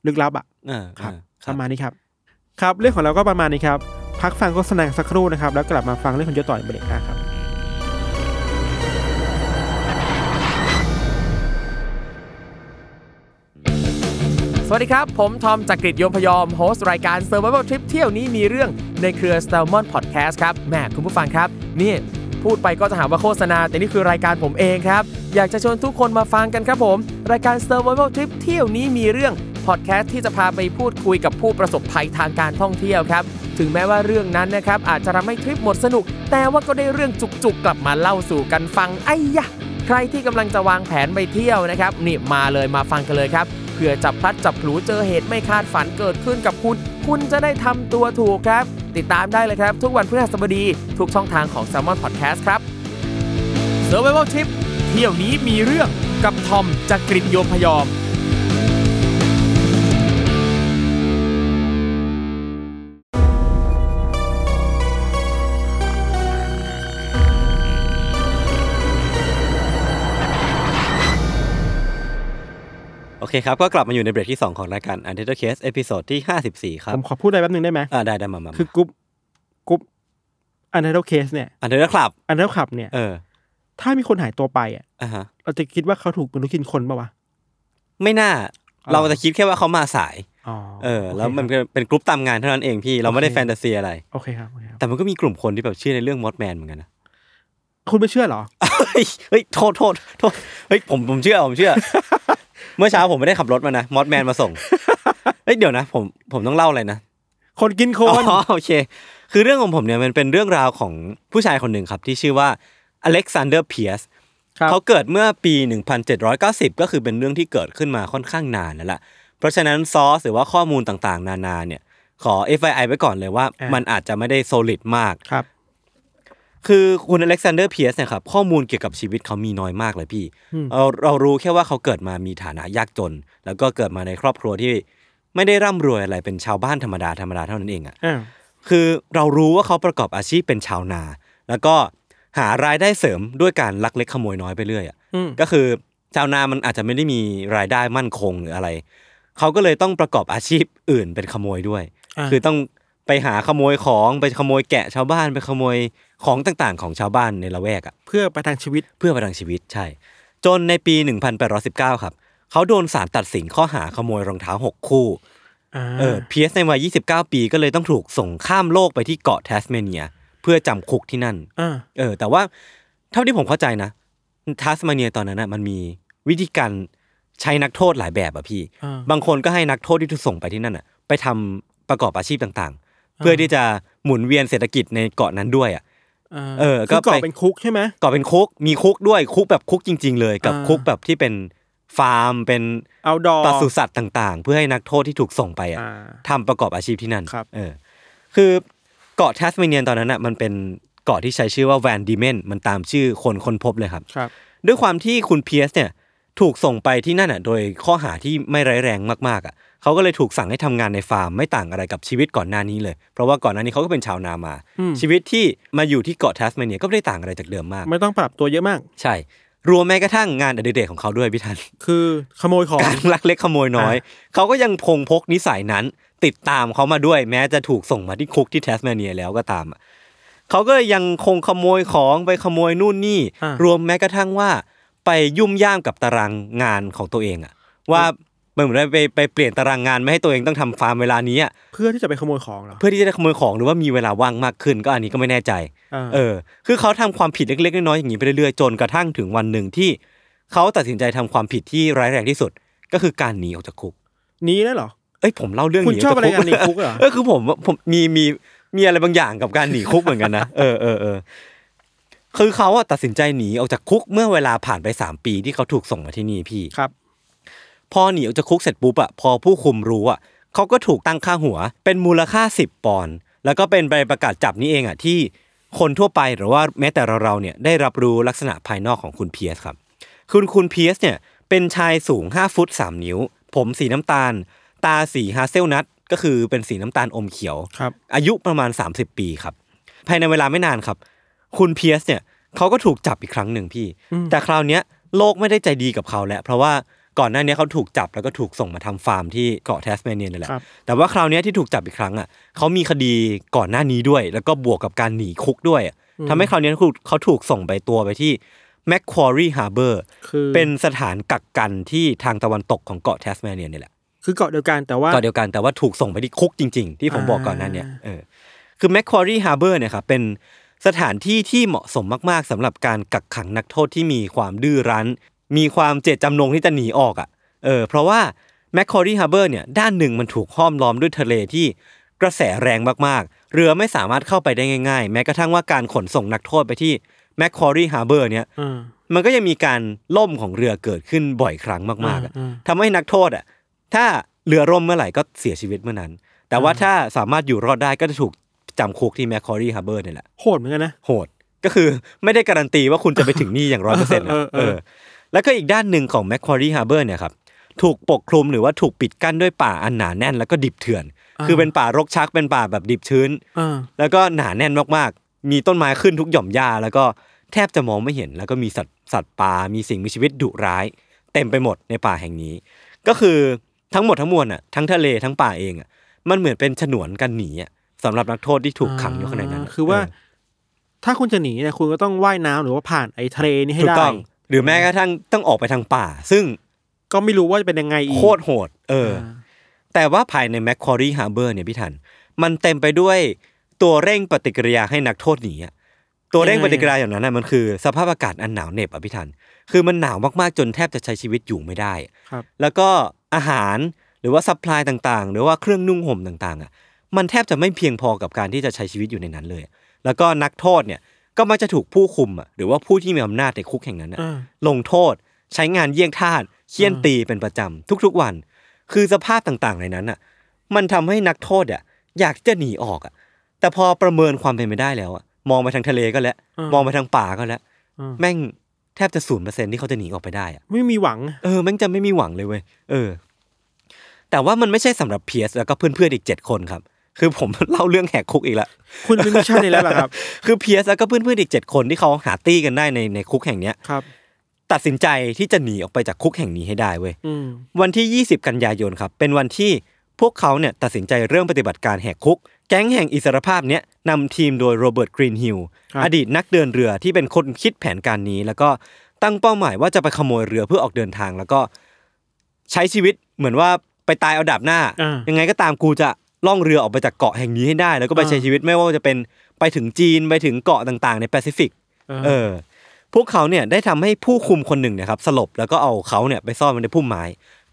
[SPEAKER 3] ลึกลับอ่ะ
[SPEAKER 2] เออ
[SPEAKER 3] ครับ
[SPEAKER 2] เออค
[SPEAKER 3] ป
[SPEAKER 2] รับ
[SPEAKER 3] ระมาณนี้ครับ ครับเรื่องของเราก็ประมาณนี้ครับ พักฟังโฆษณาสักครู่นะครับ แล้วกลับมาฟังเรื่องของเจ้าต่อยเบรกหน้าครับ
[SPEAKER 4] สวัสดีครับ ผม ทอมจากกรีฑโยมพยอม โฮสต์รายการ Survival Trip เที่ยวนี้มีเรื่องในเครือ s t a l m o n Podcast ครับแหมคุณผู้ฟังครับ นี่พูดไปก็จะหาว่าโฆษณา แต่นี่คือรายการผมเองครับ อยากจะชวนทุกคนมาฟังกันครับผม รายการ Survival Trip เที่ยวนี้มีเรื่องพอดแคสต์ที่จะพาไปพูดคุยกับผู้ประสบภัยทางการท่องเที่ยวครับ ถึงแม้ว่าเรื่องนั้นนะครับอาจจะทำให้ทริปหมดสนุก แต่ว่าก็ได้เรื่องจุกๆ กลับมาเล่าสู่กันฟังไอ้ยะ ใครที่กำลังจะวางแผนไปเที่ยวนะครับนี่มาเลยมาฟังกันเลยครับเผื่อจับพลัดจับผลูเจอเหตุไม่คาดฝันเกิดขึ้นกับคุณ คุณจะได้ทำตัวถูกครับ ติดตามได้เลยครับ ทุกวันพฤหัสบดี ทุกช่องทางของ s ซ l m o n Podcast ครับ s u r v i v a l Trip เที่ยวนี้มีเรื่องกับทอมจากกริฑโยมพยอม
[SPEAKER 2] โอเคครับก็กลับมาอยู่ในเบรกที่สองของรายการ u n t i t l e d Case เอพิโซดที่54ครั
[SPEAKER 3] ผ
[SPEAKER 2] บ
[SPEAKER 3] มขอพูดอะไรแป๊บนึงได้ไหม
[SPEAKER 2] อ่าได้ได้มามา
[SPEAKER 3] คือกรุ๊ปกรุ๊ปอันเดอร์เคสเนี่ย
[SPEAKER 2] อันเดอร์คลับ
[SPEAKER 3] อันเดอร์ขับเนี่ย
[SPEAKER 2] เออ
[SPEAKER 3] ถ้ามีคนหายตัวไปอ่ะ
[SPEAKER 2] อ่าฮะ
[SPEAKER 3] เราจะคิดว่าเขาถูกมนุษย์กินคนปะวะ
[SPEAKER 2] ไม่น่า
[SPEAKER 3] อ่า
[SPEAKER 2] เราจะคิดแค่ว่าเขามาสาย
[SPEAKER 3] อ๋อ
[SPEAKER 2] เออ
[SPEAKER 3] โค
[SPEAKER 2] แล้วมัน
[SPEAKER 3] ครับ
[SPEAKER 2] เป็นกรุ๊ปตามงานเท่านั้นเองพี่ เราไม่ได้
[SPEAKER 3] โอเค
[SPEAKER 2] แฟนตาซีอะไร
[SPEAKER 3] โอเคครับโอเคครับ
[SPEAKER 2] แต่มันก็มีกลุ่มคนที่แบบเชื่อในเรื่องมอสแมนเหมือนกันนะ
[SPEAKER 3] คุณไม่เชื่อเหรอ
[SPEAKER 2] เฮ้ยเฮ้ย โทษโทษโทษ เฮ้ย ผมผมเชื่อ ผมเชื่อ เมื่อเช้าผมไม่ได้ขับรถมานะ มอสแมนมาส่ง เฮ้ย เดี๋ยวนะ ผมผมต้องเล่าอะไรนะ
[SPEAKER 3] คนกินคน
[SPEAKER 2] อ๋อโอเค คือเรื่องของผมเนี่ยมันเป็นเรื่องราวของผู้ชายคนหนึ่งครับ ที่ชื่อว่าอเล็กซานเดอร์เพียส
[SPEAKER 3] ครับ
[SPEAKER 2] เขาเกิดเมื่อปี 1790 ก็คือเป็นเรื่องที่เกิดขึ้นมาค่อนข้างนานแล้วล่ะ เพราะฉะนั้นซอสหรือว่าข้อมูลต่างๆ นานาเนี่ย ขอ FII ไว้ก่อนเลยว่า มันอาจจะไม่ได้โซลิดมาก
[SPEAKER 3] ครับ
[SPEAKER 2] คือคุณอเล็กซานเดอร์เพียสเนี่ยครับข้อมูลเกี่ยวกับชีวิตเขามีน้อยมากเลยพี่
[SPEAKER 3] อืม
[SPEAKER 2] เราเรารู้แค่ว่าเขาเกิดมามีฐานะยากจน แล้วก็เกิดมาในครอบครัวที่ไม่ได้ร่ำรวยอะไรเป็นชาวบ้านธรรมดาธรรมดาเท่านั้นเองอะ
[SPEAKER 3] อ้าว
[SPEAKER 2] คือเรารู้ว่าเขาประกอบอาชีพเป็นชาวนา แล้วก็ หารายได้เสริมด้วยการลักเล็กขโมยน้อยไปเรื่อยอ่ะ
[SPEAKER 3] อืม
[SPEAKER 2] ก็คือชาวนามันอาจจะไม่ได้มีรายได้มั่นคงหรืออะไร เขาก็เลยต้องประกอบอาชีพอื่นเป็นขโมยด้วย
[SPEAKER 3] ะ
[SPEAKER 2] คือต้องไปหาขโมยของไปขโมยแกะชาวบ้านไปขโมยของต่างๆ ของชาวบ้านในละแวกอ่ะ
[SPEAKER 3] เพื่อประทังชีวิต
[SPEAKER 2] เพื่อประทังชีวิตใช่ จนในปี 1819 ครับ เขาโดนศาลตัดสินข้อหาขโมยรองเท้า 6 คู่
[SPEAKER 3] า
[SPEAKER 2] เออเพียสในวัย 29 ปีก็เลยต้องถูกส่งข้ามโลกไปที่เกาะแทสเมเนีย เพื่อจำคุกที่นั่น
[SPEAKER 3] อ่า
[SPEAKER 2] เออแต่ว่าเท่าที่ผมเข้าใจนะทัสมาเนียตอนนั้นนะมันมีวิธีการใช้นักโทษหลายแบบอะพี่
[SPEAKER 3] อ่า
[SPEAKER 2] บางคนก็ให้นักโทษที่ถูกส่งไปที่นั่นอะไปทำประกอบอาชีพต่างๆ เพื่อที่จะหมุนเวียนเศรษฐกิจในเกาะนั้นด้วยอะ
[SPEAKER 3] า
[SPEAKER 2] เออก็
[SPEAKER 3] คืก่อ
[SPEAKER 2] ไป
[SPEAKER 3] เป็นคุกใช่ไหม
[SPEAKER 2] เกาะเป็นคุกมีคุกด้วยคุกแบบคุกจริง ๆ เลยกับ
[SPEAKER 3] อ่า
[SPEAKER 2] คุกแบบที่เป็นฟาร์มเป็น
[SPEAKER 3] เอาดอ
[SPEAKER 2] ปศุสัตว์ต่าง ๆ เพื่อให้นักโทษที่ถูกส่งไปอะ ทำประกอบอาชีพที่นั่น
[SPEAKER 3] ครับ
[SPEAKER 2] เออ คือเกาะแทสเมเนียนตอนนั้นอ่ะมันเป็นเกาะที่ใช้ชื่อว่าแวนดีเมน มันตามชื่อคนค้นพบเลยครับ
[SPEAKER 3] ครับ
[SPEAKER 2] ด้วยความที่คุณเพียสเนี่ยถูกส่งไปที่นั่นอ่ะโดยข้อหาที่ไม่ร้ายแรงมากๆอ่ะเขาก็เลยถูกสั่งให้ทำงานในฟาร์มไม่ต่างอะไรกับชีวิตก่อนหน้านี้เลย เพราะว่าก่อนหน้านี้เขาก็เป็นชาวนามา ชีวิตที่มาอยู่ที่เกาะแทสเมเนียก็ไม่ได้ต่างอะไรจากเดิมมาก
[SPEAKER 3] ไม่ต้องปรับตัวเยอะมาก
[SPEAKER 2] ใช่ รวมแม้กระทั่งงานอดิเรกของเขาด้วยพี่ทัน
[SPEAKER 3] คือขโมย
[SPEAKER 2] (coughs)
[SPEAKER 3] ของ
[SPEAKER 2] (laughs) การลักเล็กขโมยน้อย เขาก็ยังคงพกนิสัยนั้น ติดตามเขามาด้วย แม้จะถูกส่งมาที่คุกที่แทสเมเนียแล้วก็ตามอะเขาก็ยังคงขโมยของไปขโมยนู่นนี่
[SPEAKER 3] อ่าร ร
[SPEAKER 2] วมแม้กระทั่งว่า ไปยุ่มย่ามกับตารางงานของตัวเองอะว่ามันเหมือนไปไปเปลี่ยนตารางงานไม่ให้ตัวเองต้องทำฟาร์มเวลานี้อะ
[SPEAKER 3] เพื่อที่จะไปขโมยของเหรอ
[SPEAKER 2] เพื่อที่จะได้ขโมยของหรือว่ามีเวลาว่างมากขึ้นก็อันนี้ก็ไม่แน่ใจ
[SPEAKER 3] า
[SPEAKER 2] เออ คือเขาทำความผิดเล็กๆ น้อยๆ อย่างนี้ไปเรื่อยๆ จนกระทั่งถึงวันหนึ่งที่ เขาตัดสินใจทำความผิดที่ร้ายแรงที่สุด ก็คือการหนีออกจากคุก
[SPEAKER 3] นี้แล้วเหรอ
[SPEAKER 2] เอ้ยผมเล่าเรื่อง
[SPEAKER 3] คุณ
[SPEAKER 2] หนี
[SPEAKER 3] ชอบอะไร
[SPEAKER 2] จาก
[SPEAKER 3] กันหนีคุกเหรอ
[SPEAKER 2] เออคือผมผมมีมีมีอะไรบางอย่างกับการหนีคุกเหมือนกันนะ (laughs) เออเออเออคือเขาอะตัดสินใจหนีออกจากคุกเมื่อเวลาผ่านไปสามปีที่เขาถูกส่งมาที่นี่พี่
[SPEAKER 3] ครับ
[SPEAKER 2] พอหนีออกจากคุกเสร็จปุ๊บอะพอผู้คุมรู้อะเขาก็ถูกตั้งค่าหัว เป็นมูลค่า 10 ปอนด์แล้วก็เป็นใบประกาศจับนี่เองอะที่คนทั่วไปหรือว่าแม้แต่เราๆเนี่ยได้รับรู้ลักษณะภายนอกของคุณเพียสครับ คุณคุณเพียสเนี่ยเป็นชายสูง 5 ฟุต 3 นิ้ว ผมสีน้ำตาล ตาสีฮาเซลนัทก็คือเป็นสีน้ำตาลอมเขียว
[SPEAKER 3] ครับ
[SPEAKER 2] อายุประมาณ 30 ปีครับ ภายในเวลาไม่นานครับ คุณเพียสเนี่ยเขาก็ถูกจับอีกครั้งหนึ่งพี่ แต่คราวเนี้ยโลกไม่ได้ใจดีกับเขาแล้ว เพราะว่าก่อนหน้าเนี้ยเขาถูกจับแล้วก็ถูกส่งมาทำฟาร์มที่เกาะแทสเมเนียนั่นแหละ
[SPEAKER 3] ครับ
[SPEAKER 2] แต่ว่าคราวเนี้ยที่ถูกจับอีกครั้งอ่ะเขามีคดีก่อนหน้านี้ด้วย แล้วก็บวกกับการหนีคุกด้วยอะทำให้คราวเนี้ยเขาถูกเขาถูกส่งไปตัวไปที่แมคควอรีฮาร์เบอร์
[SPEAKER 3] คือ
[SPEAKER 2] เป็นสถานกักกันที่ทางตะวันตกของเกาะแทสเมเนียนี่แหละ
[SPEAKER 3] คือเกาะเดียวกันแต่ว่า
[SPEAKER 2] เกาะเดียวกันแต่ว่าถูกส่งไปที่คุกจริง ๆ ที่ผม
[SPEAKER 3] อ่า
[SPEAKER 2] บอกก่อนหนั้นเนี่ยเออคือแมคควอรีฮาร์เบอร์เนี่ยครับเป็นสถานที่ที่เหมาะสมมากๆสำหรับการกักขังนักโทษที่มีความดื้อรั้น มีความเจตจำนงที่จะหนีออกอ่ะเออเพราะว่าแมคควอรีฮาร์เบอร์เนี่ยด้านหนึ่งมันถูกห้อมล้อมด้วยทะเลที่กระแสแรงมากๆ เรือไม่สามารถเข้าไปได้ง่ายๆ แม้กระทั่งว่าการขนส่งนักโทษไปที่แมคควอรีฮาร์เบอร์เนี่ย
[SPEAKER 3] อ่า
[SPEAKER 2] มันก็ยังมีการล่มของเรือเกิดขึ้นบ่อยครั้งมากๆอะ
[SPEAKER 3] อืมอืม
[SPEAKER 2] ทำให้นักโทษอ่ะ ถ้าเรือร่มเมื่อไหร่ก็เสียชีวิตเมื่อนั้น แต่ว่าถ้าสามารถอยู่รอดได้ก็จะถูกจำคุกที่แมคคอรีฮาร์เบอร์นี่แหละ
[SPEAKER 3] โหดเหมือนกันนะ
[SPEAKER 2] โหด ก็คือไม่ได้การันตีว่าคุณจะไปถึงนี่อย่างร้อยเปอร์เซ็นต์
[SPEAKER 3] เออเออ
[SPEAKER 2] แล้วก็อีกด้านหนึ่งของแมคคอรีฮาร์เบอร์เนี่ยครับ ถูกปกคลุมหรือว่าถูกปิดกั้นด้วยป่าอันหนาแน่นแล้วก็ดิบเถื่อน คือเป็นป่ารกชักเป็นป่าแบบดิบชื้น
[SPEAKER 3] อ่า
[SPEAKER 2] แล้วก็หนาแน่นมากๆ มีต้นไม้ขึ้นทุกหย่อมหญ้า แล้วก็แทบจะมองไม่เห็น แล้วก็มีสัตว์สัตว์ป่า มีสิ่งมีชีวิตดุร้าย เต็มไปหมดในป่าแห่งนี้ ก็คือทั้งหมดทั้งมวลอ่ะ ทั้งทะเลทั้งป่าเองอ่ะ มันเหมือนเป็นฉนวนกันหนีอ่ะสำหรับนักโทษที่ถูกขังอยู่ข้างในนั้น
[SPEAKER 3] คือว่า ถ้าคุณจะหนีเนี่ยคุณก็ต้องว่ายน้ำหรือว่าผ่านไอ้ทะเลนี่
[SPEAKER 2] เออ
[SPEAKER 3] ให้
[SPEAKER 2] ถูก
[SPEAKER 3] ได้
[SPEAKER 2] ต้อง หรือแม้กระทั่งต้องออกไปทางป่า ซึ่ง
[SPEAKER 3] ก็ไม่รู้ว่าจะเป็นยังไงอีก
[SPEAKER 2] โคตรโหด เออ แต่ว่าภายในแมคคอรีฮาร์เบอร์เนี่ยพี่ทัน มันเต็มไปด้วยตัวเร่งปฏิกิริยาให้นักโทษหนีอะตัวเร่งปฏิกิริยาอย่างนั้นนะมันคือ สภาพอากาศอันหนาวเหน็บอ่ะพี่ทัน คือมันหนาวมากๆจนแทบจะใช้ชีวิตอยู่ไม่ได้
[SPEAKER 3] ครับ
[SPEAKER 2] แล้วก็อาหารหรือว่าซัพพลายต่างๆ หรือว่าเครื่องนุ่งห่มต่างๆอ่ะมันแทบจะไม่เพียงพอกับการที่จะใช้ชีวิตอยู่ในนั้นเลย แล้วก็นักโทษเนี่ยก็มักจะถูกผู้คุมอ่ะหรือว่าผู้ที่มีอำนาจในคุกแห่งนั้นอะ
[SPEAKER 3] อ่า
[SPEAKER 2] ลงโทษ ใช้งานเยี่ยงทาสเคี่ยนตีเป็นประจำทุกๆวัน คือสภาพต่างๆในนั้นอ่ะมันทำให้นักโทษอ่ะอยากจะหนีออกอ่ะแต่พอประเมินความเป็นไปได้แล้วอ่ะมองไปทางทะเลก็แล้ว
[SPEAKER 3] อืม
[SPEAKER 2] มองไปทางป่าก็แล้ว
[SPEAKER 3] อืม
[SPEAKER 2] แม่งแทบจะศูนย์เปอร์เซ็นที่เขาจะหนีออกไปได้อ่ะ
[SPEAKER 3] ไม่มีหวัง
[SPEAKER 2] เออแม่งจะไม่มีหวังเลยเว้ยเออ แต่ว่ามันไม่ใช่สำหรับเพียสแล้วก็เพื่อนๆอีกเจ็ดคนครับ คือผม (laughs) เล่าเรื่องแหกคุกอีกละ
[SPEAKER 3] คุณมีมิชชั่นนี้แล้วเหรอครับ (laughs)
[SPEAKER 2] คือเพียสแล้วก็เพื่อนๆอีกเจ็ดคนที่เขาหาตี้กันได้ในในคุกแห่งเนี้ย
[SPEAKER 3] ครับ
[SPEAKER 2] ตัดสินใจที่จะหนีออกไปจากคุกแห่งนี้ให้ได้เว้ย
[SPEAKER 3] อืม
[SPEAKER 2] วันที่ 20 กันยายนครับ เป็นวันที่พวกเขาเนี่ยตัดสินใจเริ่มปฏิบัติการแหกคุก แก๊งแห่งอิสรภาพเนี้ยนำทีมโดยโรเบิร์ตกรีนฮิลล์
[SPEAKER 3] ครับ
[SPEAKER 2] อดีตนักเดินเรือที่เป็นคนคิดแผนการนี้ แล้วก็ตั้งเป้าหมายว่าจะไปขโมยเรือเพื่อออกเดินทาง แล้วก็ใช้ชีวิตเหมือนว่าไปตายเอาดาบหน้า
[SPEAKER 3] อ่ายั
[SPEAKER 2] ยังไงก็ตามกูจะล่องเรือออกไปจากเกาะแห่งนี้ให้ได้ แล้วก็ไป
[SPEAKER 3] อ่า
[SPEAKER 2] ใช้ชีวิตไม่ว่าจะเป็นไปถึงจีนไปถึงเกาะต่างๆ ในแปซิฟิก เออ พวกเขาเนี่ยได้ทำให้ผู้คุมคนหนึ่งเนี่ยครับสลบแล้วก็เอาเขาเนี่ยไปซ่อนไว้ในพุ่มไม้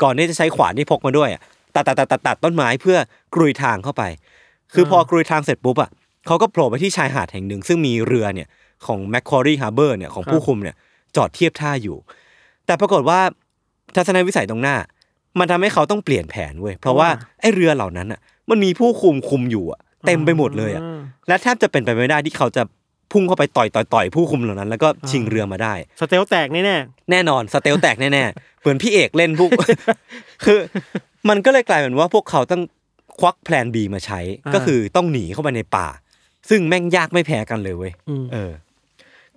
[SPEAKER 2] ก่อนที่จะใช้ขวานที่พกมาด้วยอะตัดตัดตัดตัดตัดต้นไม้เพื่อกรุยทางเข้าไป คือพอกรุยทางเสร็จปุ๊บอ่ะเขาก็โผล่ไปที่ชายหาดแห่งหนึ่ง ซึ่งมีเรือเนี่ยของ Macquarie Harbor เนี่ยของผู้คุมเนี่ยจอดเทียบท่าอยู่ แต่ปรากฏว่าทัศนวิสัยตรงหน้า มันทำให้เขาต้องเปลี่ยนแผนเว้ยเพราะว่าไอ้เรือเหล่านั้นอ่ะมันมีผู้คุมคุมอยู่อ่ะเต็มไปหมดเลยอ่ะ และแทบจะเป็นไปไม่ได้ที่เขาจะพุ่งเข้าไปต่อยต่อยต่อยผู้คุมเหล่านั้น แล้วก็ชิงเรือมาได้
[SPEAKER 3] สเตลแตกแน่
[SPEAKER 2] แน่นอนสเตลแตกแน่ๆ เหมือนพี่เอกเล่นพวก (laughs) คือมันก็เลยกลายเป็นว่าพวกเขาต้องควักแพลน B มาใช้ ก็คือต้องหนีเข้าไปในป่า ซึ่งแม่งยากไม่แพ้กันเลยเว้ย
[SPEAKER 3] ๆอืม
[SPEAKER 2] เออ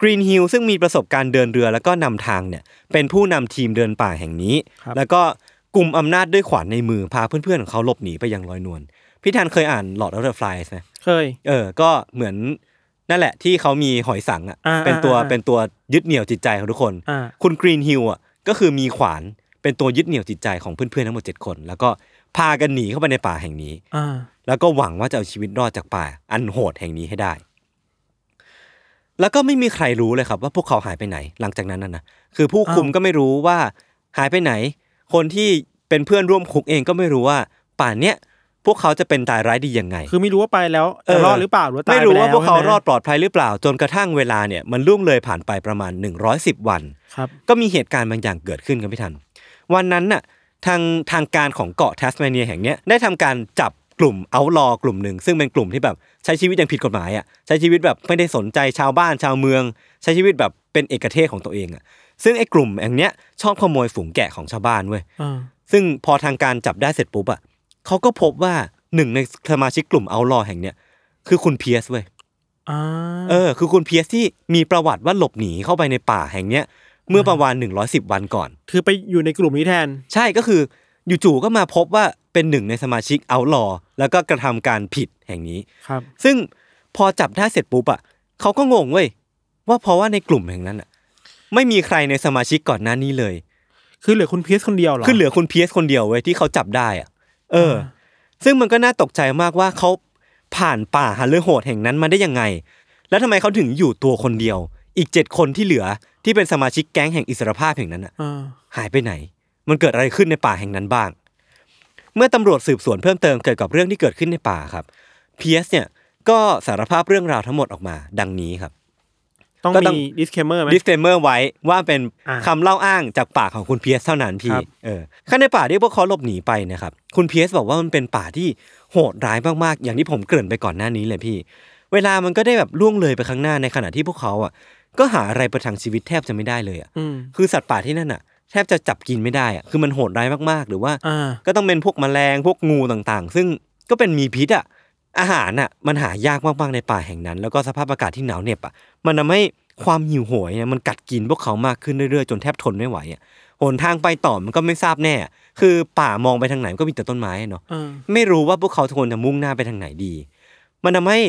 [SPEAKER 2] กรีนฮิลซึ่งมีประสบการณ์เดินเรือแล้วก็นำทางเนี่ย เป็นผู้นำทีมเดินป่าแห่งนี้
[SPEAKER 3] ครับ
[SPEAKER 2] แล้วก็กลุ่มอำนาจด้วยขวานในมือพาเพื่อนๆของเขาหลบหนีไปยังลอยนวลพี่ทันเคยอ่านหลอดออฟเดอะฟลายส์นะ
[SPEAKER 3] เคย
[SPEAKER 2] เออ ก็เหมือนนั่นแหละที่เขามีหอยสังอ่ะ
[SPEAKER 3] อ่า
[SPEAKER 2] เป็นตัว
[SPEAKER 3] อ่าอ่า
[SPEAKER 2] เป็นตัวยึดเหนี่ยวจิตใจของทุกคน
[SPEAKER 3] อ่า
[SPEAKER 2] คุณกรีนฮิลอ่ะก็คือมีขวานเป็นตัวยึดเหนี่ยวจิตใจของเพื่อนๆทั้งหมด 7 คน แล้วก็พากันหนีเข้าไปในป่าแห่งนี้
[SPEAKER 3] อ่า
[SPEAKER 2] แล้วก็หวังว่าจะเอาชีวิตรอดจากป่า อันโหดแห่งนี้ให้ได้ แล้วก็ไม่มีใครรู้เลยครับ ว่าพวกเขาหายไปไหน หลังจากนั้นน่ะนะ คือผู้คุม
[SPEAKER 3] อ้าว
[SPEAKER 2] ก็ไม่รู้ว่าหายไปไหน คนที่เป็นเพื่อนร่วมคุกเองก็ไม่รู้ว่า ป่านเนี้ยพวกเขาจะเป็นตายร้ายดียังไง
[SPEAKER 3] คือไม่รู้ว่าไปแล้วจะรอดหรือเปล่าหรือว่าตาย
[SPEAKER 2] ไม่รู้ว่า
[SPEAKER 3] ไป
[SPEAKER 2] พ
[SPEAKER 3] แล้
[SPEAKER 2] วกเขา
[SPEAKER 3] ใช่ไหม
[SPEAKER 2] รอดปลอดภัยหรือเปล่า จนกระทั่งเวลาเนี่ยมันล่วงเลยผ่านไปประมาณ 110 วัน
[SPEAKER 3] ครับ
[SPEAKER 2] ก็มีเหตุการณ์บางอย่างเกิดขึ้นครับพี่ทัน วันนั้นน่ะทางทางการของเกาะทัสมาเนียแห่งเนี้ยได้ทำการจับกลุ่มเอาลอกลุ่มหนึ่ง ซึ่งเป็นกลุ่มที่แบบใช้ชีวิตอย่างผิดกฎหมายอ่ะใช้ชีวิตแบบไม่ได้สนใจชาวบ้านชาวเมือง ใช้ชีวิตแบบเป็นเอกเทศของตัวเองอ่ะซึ่งไอ้กลุ่มแห่งเนี้ยชอบขโมยฝูงแกะของชาวบ้านเว้ย
[SPEAKER 3] อ่า
[SPEAKER 2] ซึ่งพอทางการจับได้เสร็จปุ๊บอ่ะเขาก็พบว่าหนึ่งในสมาชิกกลุ่มเอาลอแห่งเนี้ยคือคุณเพียสเว้ย
[SPEAKER 3] อ่า
[SPEAKER 2] เออคือคุณเพียสที่มีประวัติว่าหลบหนีเข้าไปในป่าแห่งเนี้ยเมื่อประมาณ 110 วันก่อน
[SPEAKER 3] คือไปอยู่ในกลุ่มนี้แทน
[SPEAKER 2] ใช่ก็คืออยู่ๆก็มาพบว่าเป็นหนึ่งในสมาชิกเอาลอแล้วก็กระทำการผิดแห่งนี้
[SPEAKER 3] ครับ
[SPEAKER 2] ซึ่งพอจับได้เสร็จปุ๊บอ่ะเขาก็งงเว้ยว่าเพราะว่าในกลุ่มแห่งนั้นอ่ะไม่มีใครในสมาชิกก่อนหน้านี้เลย
[SPEAKER 3] คือเหลือคุณเพียสคนเดียวเหรอ
[SPEAKER 2] คือเหลือคุณเพียสคนเดียวเว้ยที่เขาจับได้อ่ะเออ
[SPEAKER 3] อ่า
[SPEAKER 2] ซึ่งมันก็น่าตกใจมากว่าเขาผ่านป่าฮันเลอร์โหดแห่งนั้นมาได้ยังไง แล้วทำไมเขาถึงอยู่ตัวคนเดียว อีกเจ็ดคนที่เหลือที่เป็นสมาชิกแก๊งแห่งอิสรภาพแห่งนั้นอ่ะ
[SPEAKER 3] อ่า
[SPEAKER 2] หายไปไหน มันเกิดอะไรขึ้นในป่าแห่งนั้นบ้าง เมื่อตำรวจสืบสวนเพิ่มเติมเกี่ยวกับเรื่องที่เกิดขึ้นในป่าครับเพียสเนี่ยก็สารภาพเรื่องราวทั้งหมดออกมาดังนี้ครับ
[SPEAKER 3] ต้อง
[SPEAKER 2] ก็ต้อ
[SPEAKER 3] มี
[SPEAKER 2] ง
[SPEAKER 3] disclaimer ไหม
[SPEAKER 2] disclaimer ไว้ว่าเป็น
[SPEAKER 3] อ่า
[SPEAKER 2] คำเล่าอ้างจากปากของคุณเพียสเท่านั้นพี่
[SPEAKER 3] ครับ
[SPEAKER 2] เออขั้นในป่าที่พวกเขาหลบหนีไปเนะครับ คุณเพียสบอกว่ามันเป็นป่าที่โหดร้ายมากๆ อย่างที่ผมเกริ่นไปก่อนหน้านี้เลยพี่ เวลามันก็ได้แบบล่วงเลยไปข้างหน้าในขณะที่พวกเขาอ่ะ ก็หาอะไรประทังชีวิตแทบจะไม่ได้เลยอ่ะ
[SPEAKER 3] อืม
[SPEAKER 2] คือสัตว์ป่าที่นั่นอ่ะแทบจะจับกินไม่ได้อ่ะ คือมันโหดร้ายมากๆ หรือว่า
[SPEAKER 3] อ่า
[SPEAKER 2] ก็ต้องเป็นพวกแมลงพวกงูต่างๆ ซึ่งก็เป็นมีพิษอ่ะ อาหารอ่ะมันหายากมากๆในป่าแห่งนั้น แล้วก็สภาพอากาศที่หนาวเหน็บอ่ะ มันทำให้ความหิวโหยเนี่ยมันกัดกินพวกเขามากขึ้นเรื่อยๆ จนแทบทนไม่ไหวอ่ะหนทางไปต่อมันก็ไม่ทราบแน่ คือป่ามองไปทางไหนมันก็มีแต่ต้นไม้อะเนาะ
[SPEAKER 3] อ่า
[SPEAKER 2] ไม่รู้ว่าพวกเขาทุกคนจะมุ่งหน้าไปทางไหนดี มันทำให้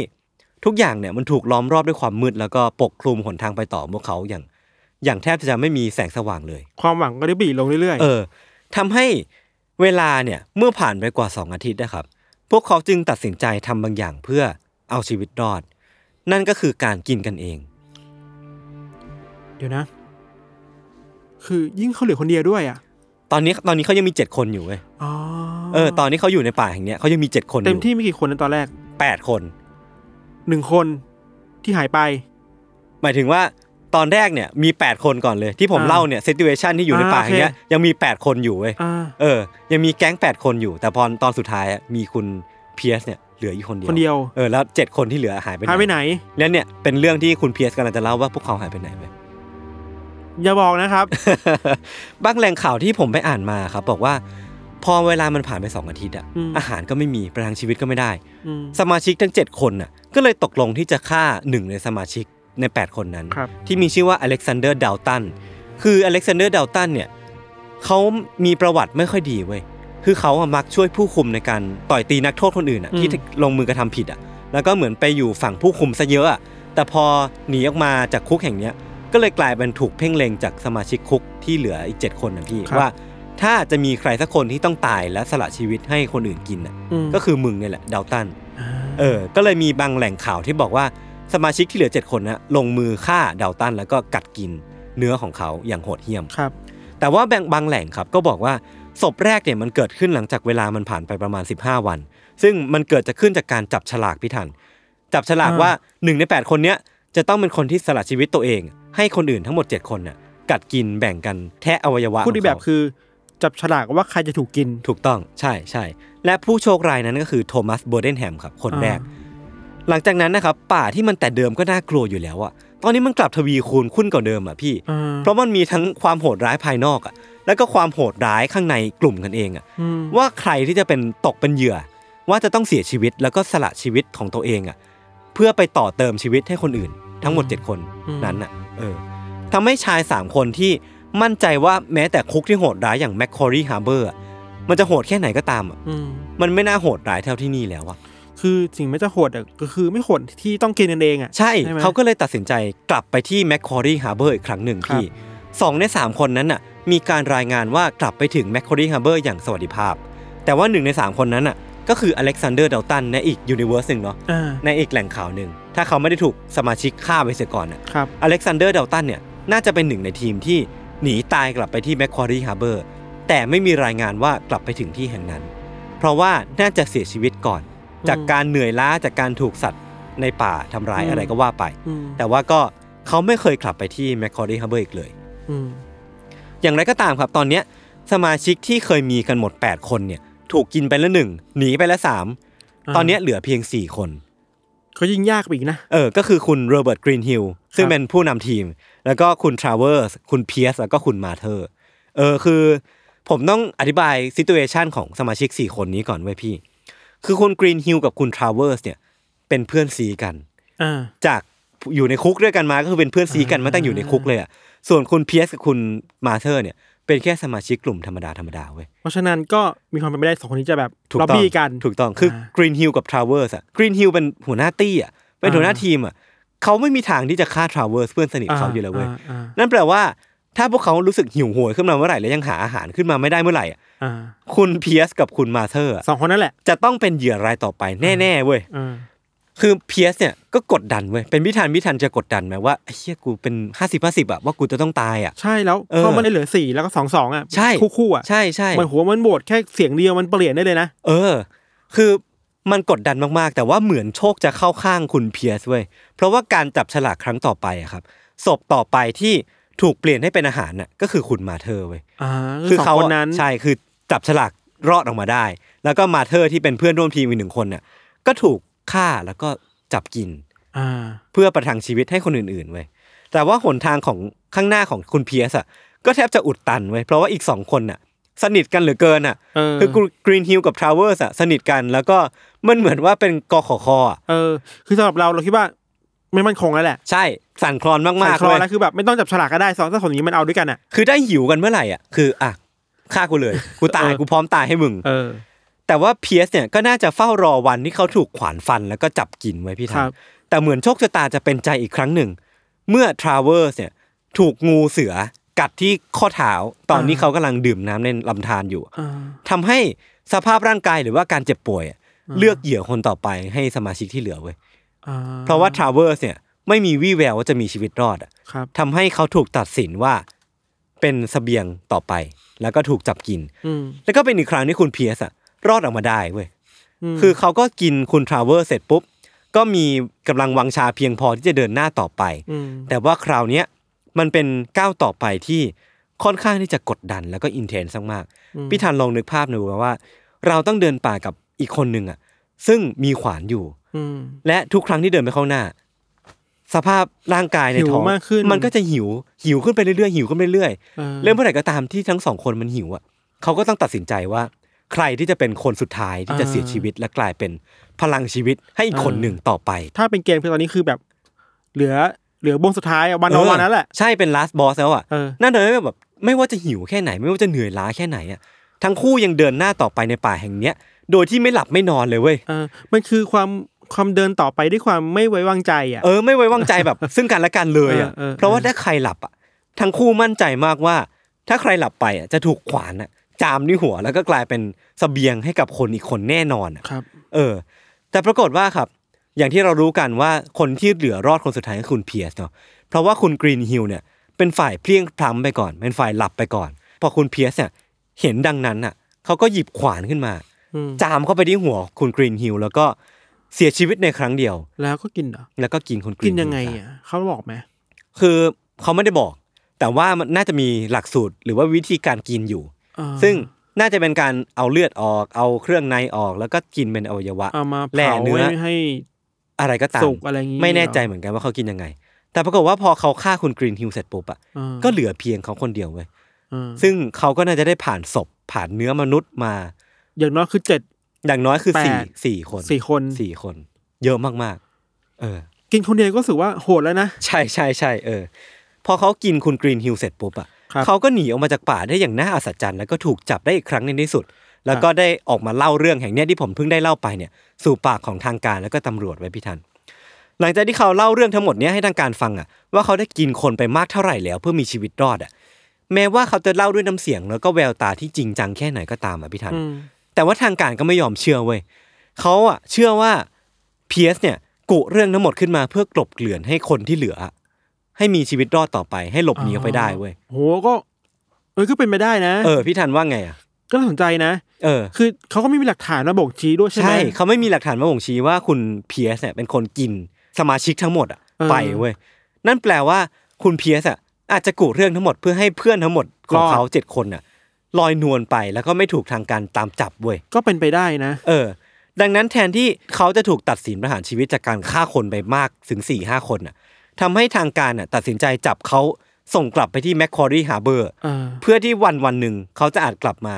[SPEAKER 2] ทุกอย่างเนี่ยมันถูกล้อมรอบด้วยความมืดแล้วก็ปกคลุมหนทางไปต่อของพวกเขาอย่าง อย่างแทบจะไม่มีแสงสว่างเลย
[SPEAKER 3] ความหวังก็ได้บีลงเรื่อย
[SPEAKER 2] เออทำให้เวลาเนี่ยเมื่อผ่านไปกว่า 2 อาทิตย์นะครับ พวกเขาจึงตัดสินใจทำบางอย่างเพื่อเอาชีวิตรอด นั่นก็คือการกินกันเอง
[SPEAKER 3] ๆ เดี๋ยวนะ คือยิ่งเขาเหลือคนเดียวด้วยอ่ะ
[SPEAKER 2] ตอนนี้ตอนนี้เขายังมี 7 คนอยู่เว้ย
[SPEAKER 3] อ๋อ
[SPEAKER 2] เออตอนนี้เขาอยู่ในป่าแห่งเนี้ยเขายังมี 7 คนอ
[SPEAKER 3] เต็ม
[SPEAKER 2] ยู่
[SPEAKER 3] ที่ไม่กี่คนนะตอนแรก
[SPEAKER 2] แปดคน
[SPEAKER 3] หนึ่งคนที่หายไป
[SPEAKER 2] หมายถึงว่าตอนแรกเนี่ยมี 8 คนก่อนเลยที่ผม
[SPEAKER 3] อ่า
[SPEAKER 2] เล่าเนี่ย ซิติเวชันที่อยู่ใน
[SPEAKER 3] อ่า
[SPEAKER 2] ป่าแห่งเนี้ย
[SPEAKER 3] โอเค
[SPEAKER 2] ยังมี 8 คนอยู่เว้ย
[SPEAKER 3] อ่า
[SPEAKER 2] เออ ยังมีแก๊ง 8 คนอยู่ แต่พอตอนสุดท้ายอะมีคุณเพียสเนี่ยเหลืออยู่คนเดียว
[SPEAKER 3] คนเดียว
[SPEAKER 2] เออแล้วเจ็ดคนที่เหลือหายไป
[SPEAKER 3] หายไปไหน
[SPEAKER 2] แล้วเนี่ยเป็นเรื่องที่คุณเพียสกำลังจะเล่าว่าพวกเขาหายไปไหนเว้ย (laughs)
[SPEAKER 3] อย่าบอกนะครับ
[SPEAKER 2] บางแหล่งข่าวที่ผมไปอ่านมาครับ บอกว่า พอเวลามันผ่านไปสองอาทิตย์อะ
[SPEAKER 3] อืม
[SPEAKER 2] อาหารก็ไม่มีประทังชีวิตก็ไม่ได้
[SPEAKER 3] อืม
[SPEAKER 2] สมาชิกทั้ง 7 คนน่ะก็เลยตกลงที่จะฆ่าหนึ่งในสมาชิกใน 8 คนนั้น
[SPEAKER 3] ครับ
[SPEAKER 2] ที่มีชื่อว่าอเล็กซานเดอร์ดาวตันคืออเล็กซานเดอร์ดาวตันเนี่ยเขามีประวัติไม่ค่อยดีเว้ยคือเขาอะมักช่วยผู้คุมในการต่อยตีนักโทษคนอื่นอ่ะ
[SPEAKER 3] อืม
[SPEAKER 2] ที่ลงมือกระทำผิดอ่ะแล้วก็เหมือนไปอยู่ฝั่งผู้คุมซะเยอะอะแต่พอหนีออกมาจากคุกแห่งเนี้ยก็เลยกลายเป็นถูกเพ่งเล็งจากสมาชิกคุกที่เหลืออีก 7 คนนะพี่ว่า ถ้าจะมีใครสักคนที่ต้องตายและสละชีวิตให้คนอื่นกินอ่ะ
[SPEAKER 3] อืม
[SPEAKER 2] ก็คือมึงเนี่ยแหละดาวตัน เออ ก็เลยมีบางแหล่งข่าวที่บอกว่าสมาชิกที่เหลือ 7 คนนะลงมือฆ่าดาวตันแล้วก็กัดกินเนื้อของเขาอย่างโหดเหี้ยม
[SPEAKER 3] ครับ
[SPEAKER 2] แต่ว่าบางบางแหล่งครับก็บอกว่าศพแรกเนี่ยมันเกิดขึ้นหลังจากเวลามันผ่านไปประมาณ 15 วัน ซึ่งมันเกิดจะขึ้นจากการจับฉลากพี่ทัน จับฉลากว่าหนึ่งใน 8 คนเนี้ยจะต้องเป็นคนที่สละชีวิตตัวเอง ให้คนอื่นทั้งหมด 7 คนน่ะกัดกินแบ่งกันแทะอวัยวะ
[SPEAKER 3] พูดใน
[SPEAKER 2] ของ
[SPEAKER 3] แบ
[SPEAKER 2] เขา
[SPEAKER 3] บคือ จับฉลากว่าใครจะถูกกิน
[SPEAKER 2] ถูกต้องใช่ใช่และผู้โชครายนั้นก็คือโทมัสโบเดนแฮมครับ คนแรก
[SPEAKER 3] อ่
[SPEAKER 2] หลังจากนั้นนะครับ ป่าที่มันแต่เดิมก็น่ากลัวอยู่แล้วอะตอนนี้มันกลับทวีคูณขึ้นกว่าเดิมอะพี่
[SPEAKER 3] อ่า
[SPEAKER 2] เพราะมันมีทั้งความโหดร้ายภายนอกอะแล้วก็ความโหดร้ายข้างในกลุ่มกันเองอะ
[SPEAKER 3] อืม
[SPEAKER 2] ว่าใครที่จะเป็นตกเป็นเหยื่อ ว่าจะต้องเสียชีวิตแล้วก็สละชีวิตของตัวเองอะเพื่อไปต่อเติมชีวิตให้คนอื่น ทั้งหมด 7 คนนั้นอะเออทำให้ชาย 3 คนที่มั่นใจว่าแม้แต่คุกที่โหดร้ายอย่างแมคคอรีฮาร์เบอร์มันจะโหดแค่ไหนก็ตามอะ
[SPEAKER 3] อืม
[SPEAKER 2] มันไม่น่าโหดร้ายเท่าที่นี่แล้วอะ
[SPEAKER 3] คือสิ่งไม่จะโหดอ่ะก็คือไม่โหดที่ต้องกินกันเองอ่ะ
[SPEAKER 2] ใช่
[SPEAKER 3] ใช่ไหม
[SPEAKER 2] เขาก็เลยตัดสินใจกลับไปที่แมคคอรีฮาร์เบอร์อีกครั้งหนึ่ง
[SPEAKER 3] ครับ
[SPEAKER 2] ที่สองในสามคนนั้นน่ะมีการรายงานว่ากลับไปถึงแมคคอรีฮาร์เบอร์อย่างสวัสดิภาพ แต่ว่าหนึ่งในสามคนนั้นน่ะก็คืออเล็กซานเดอร์เดลตันในอีกยูนิเวอร์สหนึ่งเนาะ
[SPEAKER 3] อ่า
[SPEAKER 2] ในอีกแหล่งข่าวหนึ่งถ้าเขาไม่ได้ถูกสมาชิกฆ่าไปเสียก่อนน่ะ
[SPEAKER 3] ครับ
[SPEAKER 2] อเล็กซานเดอร์เดลตันเนี่ยน่าจะเป็นหนึ่งในทีมที่หนีตายกลับไปที่แมคควารีฮาร์เบอร์แต่ไม่มีรายงานว่ากลับไปถึงที่แห่งนั้น เพราะว่าน่าจะเสียชีวิตก่อน
[SPEAKER 3] ม
[SPEAKER 2] จากการเหนื่อยล้าจากการถูกสัตว์ในป่าทำร้าย
[SPEAKER 3] อืม
[SPEAKER 2] อะไรก็ว่าไป
[SPEAKER 3] อืม
[SPEAKER 2] แต่ว่าก็เขาไม่เคยกลับไปที่แมคควารีฮาร์เบอร์อีกเลย
[SPEAKER 3] อืม
[SPEAKER 2] อย่างไรก็ตามครับตอนเนี้ยสมาชิกที่เคยมีกันหมด 8 คนเนี่ยถูกกินไปละหนึ่งหนีไปละสามตอนเนี้ยเหลือเพียงสี่คน
[SPEAKER 3] ก็ยิ่งยากไปอีกนะ
[SPEAKER 2] เออ ก็คือคุณโรเบิร์ตกรีนฮิลซึ่ง
[SPEAKER 3] ครับ
[SPEAKER 2] เป็นผู้นำทีม แล้วก็คุณทราเวอร์สคุณเพียสแล้วก็คุณมาเธอร์เออ คือ ผมต้องอธิบายซิตูเอชันของสมาชิก 4 คนนี้ก่อนไว้ยพี่ คือคุณกรีนฮิลกับคุณทราเวอร์สเนี่ย เป็นเพื่อนซีกัน
[SPEAKER 3] อ่า
[SPEAKER 2] จากอยู่ในคุกด้วยกันมาก็คือเป็นเพื่อนซีกันมาตั้งอยู่ในคุกเลยอะส่วนคุณเพียสกับคุณมาเธอร์เนี่ย เป็นแค่สมาชิกกลุ่มธรรมดาธรรมดาเว้ย
[SPEAKER 3] เพราะฉะนั้นก็มีความเป็นไปได้สองคนนี้จะแบบ
[SPEAKER 2] ถูก
[SPEAKER 3] ล็อบ
[SPEAKER 2] ต้อง
[SPEAKER 3] บี้กัน
[SPEAKER 2] ถูกต้องคือา กรีนฮิลกับทราเวอร์สอะกรีนฮิลเป็นหัวหน้าตี้อะเป็นหัวหน้าทีมอะเขาไม่มีทางที่จะฆ่าทราเวอร์สเพื่อนสนิทเขาอยู่แล้วเว้ย
[SPEAKER 3] อ่า
[SPEAKER 2] นั่นแปลว่า ถ้าพวกเขารู้สึกหิวโหยขึ้นมาเมื่อไหร่และยังหาอาหารขึ้นมาไม่ได้เมื่อไหร่อะ
[SPEAKER 3] อ่า
[SPEAKER 2] คุณเพียสกับคุณมาเธอร์อะ
[SPEAKER 3] สองคนนั่นแหละ
[SPEAKER 2] จะต้องเป็นเหยื่อรายต่อไปแน่ๆเว้ย
[SPEAKER 3] อ่า
[SPEAKER 2] คือเพียสเนี่ยก็กดดันเว้ยเป็นพิธันพิธันจะกดดันไหมว่าไอ้เฮียกูเป็นห้าสิบห้าสิบอะว่ากูจะต้องตายอะ
[SPEAKER 3] ใช่แล้ว
[SPEAKER 2] เออ
[SPEAKER 3] เพราะมันได้เหลือสี่แล้วก็สองสองอ่ะ
[SPEAKER 2] ใช่
[SPEAKER 3] คู่คู่อ่ะ
[SPEAKER 2] ใช่ใช่
[SPEAKER 3] มันหัวมันโหวตแค่เสียงเดียวมันเปลี่ยนได้เลยนะ
[SPEAKER 2] เออ คือมันกดดันมาก ๆ แต่ว่าเหมือนโชคจะเข้าข้างคุณเพียสเว้ย เพราะว่าการจับฉลากครั้งต่อไปอะครับ ศพต่อไปที่ถูกเปลี่ยนให้เป็นอาหารน่ะก็คือคุณมาเธอร์เว้ย
[SPEAKER 3] อ่า
[SPEAKER 2] คื
[SPEAKER 3] คือ อ
[SPEAKER 2] เขา
[SPEAKER 3] เขา
[SPEAKER 2] อะ
[SPEAKER 3] คนนั้น
[SPEAKER 2] ใช่ คือจับฉลากรอดออกมาได้ แล้วก็มาเธอร์ที่เป็นเพื่อนร่วมทีมอีกหนึ่งคนน่ะ ก็ถูกฆ่าแล้วก็จับกิน
[SPEAKER 3] อ่า
[SPEAKER 2] เพื่อประทังชีวิตให้คนอื่นๆเว้ย แต่ว่าหนทางของข้างหน้าของคุณเพียสอ่ะ ก็แทบจะอุดตันเว้ย เพราะว่าอีกสองคนน่ะ สนิทกันเหลือเกินอ่ะ
[SPEAKER 3] เออ
[SPEAKER 2] คือกรีนฮิลกับทราเวอร์สอ่ะสนิทกัน แล้วก็มันเหมือนว่าเป็นกขคอะ
[SPEAKER 3] เออ คือสำหรับเราเราคิดว่าไม่มั่นคงแล้วแหละ
[SPEAKER 2] ใช่สั่นคลอนมาก
[SPEAKER 3] สาย
[SPEAKER 2] ๆ
[SPEAKER 3] คลอ
[SPEAKER 2] เว้ย
[SPEAKER 3] แล้วคือแบบไม่ต้องจับฉลากก็ได้สองสามคนนี้มันเอาด้วยกันอ่ะ
[SPEAKER 2] คือได้หิวกันเมื่อไหร่อ่ะ คืออ่ะฆ่ากูเลย กูตาย
[SPEAKER 3] เออ
[SPEAKER 2] กูพร้อมตายให้มึง
[SPEAKER 3] เออ
[SPEAKER 2] แต่ว่าเพียสเนี่ยก็น่าจะเฝ้ารอวันที่เขาถูกขวานฟันแล้วก็จับกินไว้พี่ทั
[SPEAKER 3] ครั
[SPEAKER 2] น
[SPEAKER 3] บ
[SPEAKER 2] แต่เหมือนโชคชะตาจะเป็นใจอีกครั้งหนึ่ง เมื่อทราเวอร์สเนี่ยถูกงูเสือกัดที่ข้อเท้าตอนนี้เขากำลังดื่มน้ำในลำธารอยู่
[SPEAKER 3] อ่า
[SPEAKER 2] ทำให้สภาพร่างกายหรือว่าการเจ็บป่วยอะเลือกเหยื่อคนต่อไปให้สมาชิกที่เหลือเว้ย
[SPEAKER 3] อ่า
[SPEAKER 2] เพราะว่าทราเวอร์สเนี่ยไม่มีวี่แววว่าจะมีชีวิตรอดอะ
[SPEAKER 3] ครับ
[SPEAKER 2] ทำให้เขาถูกตัดสินว่าเป็นเสบียงต่อไป แล้วก็ถูกจับกิน
[SPEAKER 3] อืม
[SPEAKER 2] แล้วก็เป็นอีกครั้งที่คุณเพียสอะรอดออกมาได้เว้ย
[SPEAKER 3] ม
[SPEAKER 2] คือเขาก็กินคุณทราเวอร์เสร็จปุ๊บ ก็มีกำลังวังชาเพียงพอที่จะเดินหน้าต่อไป
[SPEAKER 3] ม
[SPEAKER 2] แต่ว่าคราวเนี้ยมันเป็นก้าวต่อไปที่ค่อนข้างที่จะกดดันแล้วก็อินเทนส์มากๆพี่ธันลองนึกภาพหนูว่า เราต้องเดินป่ากับอีกคนหนึ่งอะซึ่งมีขวานอยู่
[SPEAKER 3] อืม
[SPEAKER 2] และทุกครั้งที่เดินไปข้างหน้า สภาพร่างกายใน
[SPEAKER 3] หิว
[SPEAKER 2] ท้อง
[SPEAKER 3] มากขึ้น
[SPEAKER 2] มันก็จะหิวหิวขึ้นไปเรื่อยๆหิวขึ้นไปเรื่อย
[SPEAKER 3] เออ
[SPEAKER 2] ๆเริ่มเมื่อไหร่ก็ตามที่ทั้งสองคนมันหิวอ่ะเขาก็ต้องตัดสินใจว่า ใครที่จะเป็นคนสุดท้ายที่จะเสียชีวิตและกลายเป็นพลังชีวิตให้อีกคนหนึ่งต่อไป
[SPEAKER 3] ถ้าเป็นเกมคือตอนนี้คือแบบ เหลือเหลือวงสุดท้ายอะวันรอวันนั้นแหละ
[SPEAKER 2] ใช่เป็น last boss แล้วอ่ะ
[SPEAKER 3] เออ
[SPEAKER 2] นั่นเลยแบบไม่ว่าจะหิวแค่ไหน ไม่ว่าจะเหนื่อยล้าแค่ไหนอ่ะทั้งคู่ยังเดินหน้าต่อไปในป่าแห่งเนี้ย โดยที่ไม่หลับไม่นอนเลยเว้ย
[SPEAKER 3] เออมันคือความความเดินต่อไปด้วยความไม่ไว้วางใจอ่ะ
[SPEAKER 2] เออไม่ไว้วางใจแบบ (laughs) ซึ่งกันและกันเลยอ่ะ
[SPEAKER 3] เออเออ
[SPEAKER 2] เพราะว่าถ้าใครหลับอ่ะทั้งคู่มั่นใจมากว่า ถ้าใครหลับไปอ่ะจะถูกขวานอ่ะจามที่หัวแล้วก็กลายเป็นเสบียงให้กับคนอีกคนแน่นอนอ่ะ
[SPEAKER 3] ครับ
[SPEAKER 2] เออ แต่ปรากฏว่าครับ อย่างที่เรารู้กันว่าคนที่เหลือรอดคนสุดท้ายคือคุณเพียสเนาะเพราะว่าคุณกรีนฮิลเนี่ยเป็นฝ่ายเพลียงพล้ำไปก่อน เป็นฝ่ายหลับไปก่อน พอคุณเพียสเนี่ยเห็นดังนั้นอ่ะเขาก็หยิบขวานขึ้นมา
[SPEAKER 3] อืม
[SPEAKER 2] จามเข้าไปที่หัวคุณกรีนฮิลแล้วก็เสียชีวิตในครั้งเดียว
[SPEAKER 3] แล้วก็กินเหรอ
[SPEAKER 2] แล้วก็กินคุณกรีน
[SPEAKER 3] กินยังไง
[SPEAKER 2] ฮิลซ
[SPEAKER 3] อ่ะเขาบอกไหม
[SPEAKER 2] คือเขาไม่ได้บอก แต่ว่ามันน่าจะมีหลักสูตรหรือว่าวิธีการกินอยู่
[SPEAKER 3] เออ
[SPEAKER 2] ซึ่งน่าจะเป็นการเอาเลือดออก เอาเครื่องในออก แล้วก็กินเป็นอวัยวะ
[SPEAKER 3] เอามา
[SPEAKER 2] แล่
[SPEAKER 3] เผา
[SPEAKER 2] เนื้อ
[SPEAKER 3] ไว้ให้
[SPEAKER 2] อะไรก็ตาม
[SPEAKER 3] สุกอะไรอย่างงี้
[SPEAKER 2] ไม่แน่ใจ
[SPEAKER 3] เหรอ
[SPEAKER 2] เหมือนกันว่าเขากินยังไง แต่ปรากฏว่าพอเขาฆ่าคุณกรีนฮิลเสร็จปุ๊บอ่ะ
[SPEAKER 3] เออ
[SPEAKER 2] ก็เหลือเพียงเขาคนเดียวเว้ย
[SPEAKER 3] เออ
[SPEAKER 2] ซึ่งเขาก็น่าจะได้ผ่านศพผ่านเนื้อมนุษย์มา
[SPEAKER 3] อย่างน้อยคือเจ็ด
[SPEAKER 2] อย่างน้อยคือสี่
[SPEAKER 3] แปด
[SPEAKER 2] สี่คน
[SPEAKER 3] สี่คน
[SPEAKER 2] สี่คน เยอะมากๆ เออ
[SPEAKER 3] กินคนเดียวก็รู้สึกว่าโหดแล้วนะ
[SPEAKER 2] ใช่ใช่ใช่เออพอเขากินคุณกรีนฮิลเสร็จปุ๊บอ่ะ
[SPEAKER 3] ครับ
[SPEAKER 2] เขาก็หนีออกมาจากป่าได้อย่างน่าอัศจรรย์แล้วก็ถูกจับได้อีกครั้งในที่สุด แล้วก็ได้ออกมาเล่าเรื่องแห่งเนี้ยที่ผมเพิ่งได้เล่าไปเนี่ย สู่ปากของทางการแล้วก็ตำรวจไว้พี่ทัน หลังจากที่เขาเล่าเรื่องทั้งหมดเนี้ยให้ทางการฟังอ่ะว่าเขาได้กินคนไปมากเท่าไหร่แล้วเพื่อมีชีวิตรอดอ่ะแม้ว่าเขาจะเล่าด้วยน้ำเสียงแล้วก็แววตาที่จริงจังแค่ไหนก็ตามอ่ะพี่ทัน แต่ว่าทางการก็ไม่ยอมเชื่อเว้ยเขาอ่ะเชื่อว่าเพียสเนี่ยกุเรื่องทั้งหมดขึ้นมาเพื่อกลบเกลื่อนให้คนที่เหลือ ให้มีชีวิตรอดต่อไปให้หลบหนีออกไปได้เว้ย
[SPEAKER 3] โหก็เออก็เป็นไปได้นะ
[SPEAKER 2] เออพี่ทันว่าไงอ่ะ
[SPEAKER 3] ก็น่าสนใจนะ
[SPEAKER 2] เออ
[SPEAKER 3] คือเขาก็ไม่มีหลักฐานมาบ่งชี้ด้วยใช่ไหม
[SPEAKER 2] ใช่เขาไม่มีหลักฐานมาบ่งชี้ว่าคุณเพียสเนี่ยเป็นคนกินสมาชิกทั้งหมดอ่ะ
[SPEAKER 3] เออ
[SPEAKER 2] ไปเว้ยนั่นแปลว่าคุณเพียสอ่ะอาจจะกุเรื่องทั้งหมดเพื่อให้เพื่อนทั้งหมดของ
[SPEAKER 3] รอด
[SPEAKER 2] เขาเจ็ดคนอ่ะลอยนวลไปแล้วก็ไม่ถูกทางการตามจับเว้ย
[SPEAKER 3] ก็เป็นไปได้นะ
[SPEAKER 2] เออ ดังนั้นแทนที่เขาจะถูกตัดสินประหารชีวิตจากการฆ่าคนไปมากถึง4ี่ห้าคนน่ะทำให้ทางการน่ะตัดสินใจจับเขาส่งกลับไปที่แมคคอรีฮาร์เบอร์
[SPEAKER 3] เออ
[SPEAKER 2] เพื่อที่วันวันหนึ่งเขาจะอาจกลับมา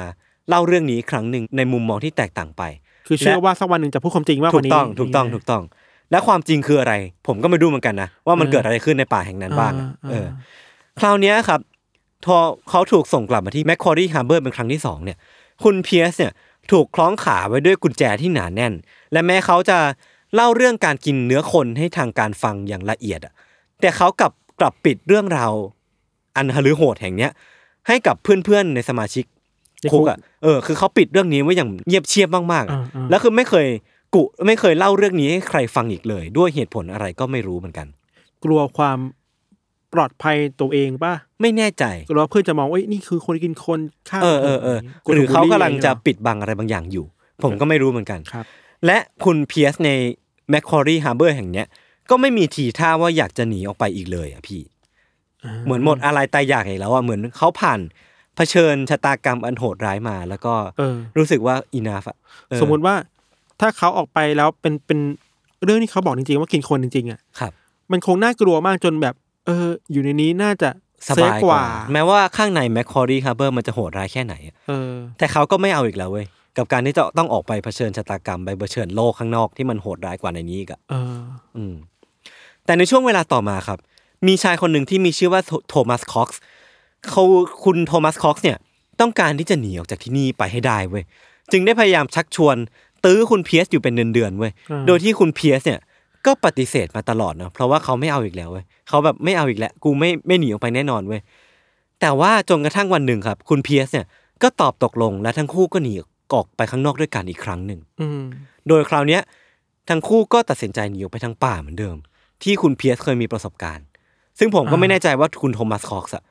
[SPEAKER 2] เล่าเรื่องนี้อีกครั้งหนึ่งในมุมมองที่แตกต่างไป
[SPEAKER 3] คือเชื่อว่าสักวันหนึ่งจะพูดความจริงมากก
[SPEAKER 2] ถู
[SPEAKER 3] ว่าก นี้
[SPEAKER 2] ต้องถูกต้องถูกต้อง และความจริงคืออะไร ผมก็ไม่รู้เหมือนกันนะว่ามันเกิดอะไรขึ้นในป่าแห่งนั้นบ้างอะเออ คราวเนี้ยครับพอเขาถูกส่งกลับมาที่แมคคอรีฮาร์เบอร์เป็นครั้งที่สองเนี่ย คุณเพียสเนี่ยถูกคล้องขาไว้ด้วยกุญแจที่หนาแน่น และแม้เขาจะเล่าเรื่องการกินเนื้อคนให้ทางการฟังอย่างละเอียดอะแต่เขากลับกลับปิดเรื่องราวอันหฤโหดแห่งเนี้ยให้กับเพื่อนๆในสมาชิก
[SPEAKER 3] ในคุ
[SPEAKER 2] คุ
[SPEAKER 3] ก
[SPEAKER 2] กอะเออคือเขาปิดเรื่องนี้ไว้อย่างเงียบเชียบมากๆอะ
[SPEAKER 3] อ่าอ่า
[SPEAKER 2] แล้วคือไม่เคยกุไม่เคยเล่าเรื่องนี้ให้ใครฟังอีกเลย ด้วยเหตุผลอะไรก็ไม่รู้เหมือนกัน
[SPEAKER 3] กลัวความปลอดภัยตัวเองป่ะ
[SPEAKER 2] ไม่แน่ใจ
[SPEAKER 3] กลัวเพื่อนจะมองว่าเอ้ยนี่คือคนกินคนฆ่า
[SPEAKER 2] เออเออเออ
[SPEAKER 3] คน
[SPEAKER 2] หรือเขากำลังจะ
[SPEAKER 3] บูลลี่อไอย่ย
[SPEAKER 2] ปิดบังอะไรบางอย่างอยู่ ผมก็ไม่รู้เหมือนกัน
[SPEAKER 3] ครับ
[SPEAKER 2] และคุณเพียสในแมคคอรีฮาร์เบอร์แห่งเนี้ย ก็ไม่มีทีท่าว่าอยากจะหนีออกไปอีกเลยอ่ะพี่ เหมือนหมดอะไรตายอยากอีกแล้วอ่ะเหมือนเขาผ่านเผชิญชะตากรรมอันโหดร้ายมา แล้วก็
[SPEAKER 3] เออ
[SPEAKER 2] รู้สึกว่าอินาฟอะเออ
[SPEAKER 3] สมมุติว่าถ้าเขาออกไปแล้วเป็นเป็นเรื่องที่เขาบอกจริงๆ ว่ากินคนจริงๆอ่ะ
[SPEAKER 2] ครับ
[SPEAKER 3] มันคงน่ากลัวมากจนแบบ เออ อยู่ในนี้น่าจะ
[SPEAKER 2] ส
[SPEAKER 3] เซฟ
[SPEAKER 2] บาย
[SPEAKER 3] ก
[SPEAKER 2] ก
[SPEAKER 3] ว่า
[SPEAKER 2] ว่า แม้ว่าข้างในแมคคอรีฮาร์เบอร์มันจะโหดร้ายแค่ไหนอะ
[SPEAKER 3] เออ
[SPEAKER 2] แต่เขาก็ไม่เอาอีกแล้วเว้ยกับการที่จะต้องออกไปเผชิญชะตากรรมไปเผชิญโลกข้างนอกที่มันโหดร้ายกว่าในนี้อีกอะ
[SPEAKER 3] เออ
[SPEAKER 2] อืมแต่ในช่วงเวลาต่อมาครับ มีชายคนหนึ่งที่มีชื่อว่าโทโทมัสคอกซ์เขาคุณโทมัสคอกซ์เนี่ยต้องการที่จะหนีออกจากที่นี่ไปให้ได้เว้ยจึงได้พยายามชักชวน ตื้อคุณเพียสอยู่เป็นเดือนๆเว้ย
[SPEAKER 3] อ่า
[SPEAKER 2] โดยที่คุณเพียสเนี่ยก็ปฏิเสธมาตลอดนะเพราะว่าเขาไม่เอาอีกแล้วเว้ยเขาแบบไม่เอาอีกแล้วกูไม่ไม่หนีออกไปแน่นอนเว้ยแต่ว่าจนกระทั่งวันหนึ่งครับ คุณเพียสเนี่ยก็ตอบตกลงและทั้งคู่ก็หนีออกไปข้างนอกด้วยกันอีกครั้งหนึ่ง
[SPEAKER 3] อืม
[SPEAKER 2] โดยคราวเนี้ยทั้งคู่ก็ตัดสินใจหนีออกไปทางป่าเหมือนเดิม ที่คุณเพียสเคยมีประสบการณ์ ซึ่งผมก็
[SPEAKER 3] อ่า
[SPEAKER 2] ไม่แน่ใจว่าคุณโทมัสคอกซ์อะ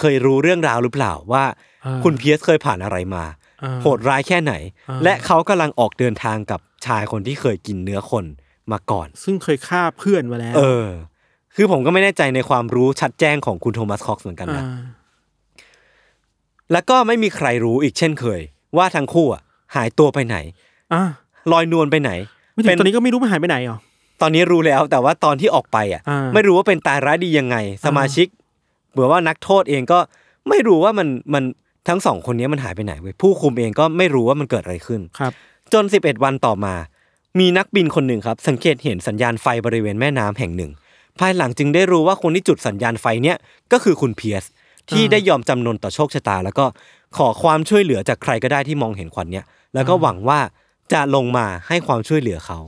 [SPEAKER 2] เคยรู้เรื่องราวหรือเปล่าว่า
[SPEAKER 3] อ่า
[SPEAKER 2] คุณเพียสเคยผ่านอะไรมา
[SPEAKER 3] อ่า
[SPEAKER 2] โหดร้ายแค่ไหน
[SPEAKER 3] อ่า
[SPEAKER 2] และเขากำลังออกเดินทางกับชายคนที่เคยกินเนื้อคนมาก่อน
[SPEAKER 3] ซึ่งเคยฆ่าเพื่อนมาแล้ว
[SPEAKER 2] เออ คือผมก็ไม่แน่ใจในความรู้ชัดแจ้งของคุณโทมัสคอกซ์เหมือนกันนะ
[SPEAKER 3] อ่า
[SPEAKER 2] แล้วก็ไม่มีใครรู้อีกเช่นเคย ว่าทั้งคู่อะหายตัวไปไหน
[SPEAKER 3] อ่ะ
[SPEAKER 2] ลอยนวลไปไหน
[SPEAKER 3] ไม่ถึงตอนนี้ก็ไม่รู้มันหายไปไหนหรอ
[SPEAKER 2] ตอนนี้รู้แล้วแต่ว่าตอนที่ออกไปอ่ะ
[SPEAKER 3] อ่า
[SPEAKER 2] ไม่รู้ว่าเป็นตายร้ายดียังไง สมาชิกเหมือนว่านักโทษเองก็ไม่รู้ว่ามันมัน ทั้งสองคนนี้มันหายไปไหนเว้ยผู้คุมเองก็ไม่รู้ว่ามันเกิดอะไรขึ้น
[SPEAKER 3] ครับ
[SPEAKER 2] จน 11 วันต่อมา มีนักบินคนหนึ่งครับ สังเกตเห็นสัญญาณไฟบริเวณแม่น้ำแห่งหนึ่ง ภายหลังจึงได้รู้ว่าคนที่จุดสัญญาณไฟเนี่ยก็คือคุณเพียส ที่ได้ยอมจำนนต่อโชคชะตา แล้วก็ขอความช่วยเหลือจากใครก็ได้ที่มองเห็นควันเนี่ยแล้วก็หวังว่าจะลงมาให้ความช่วยเหลือเขา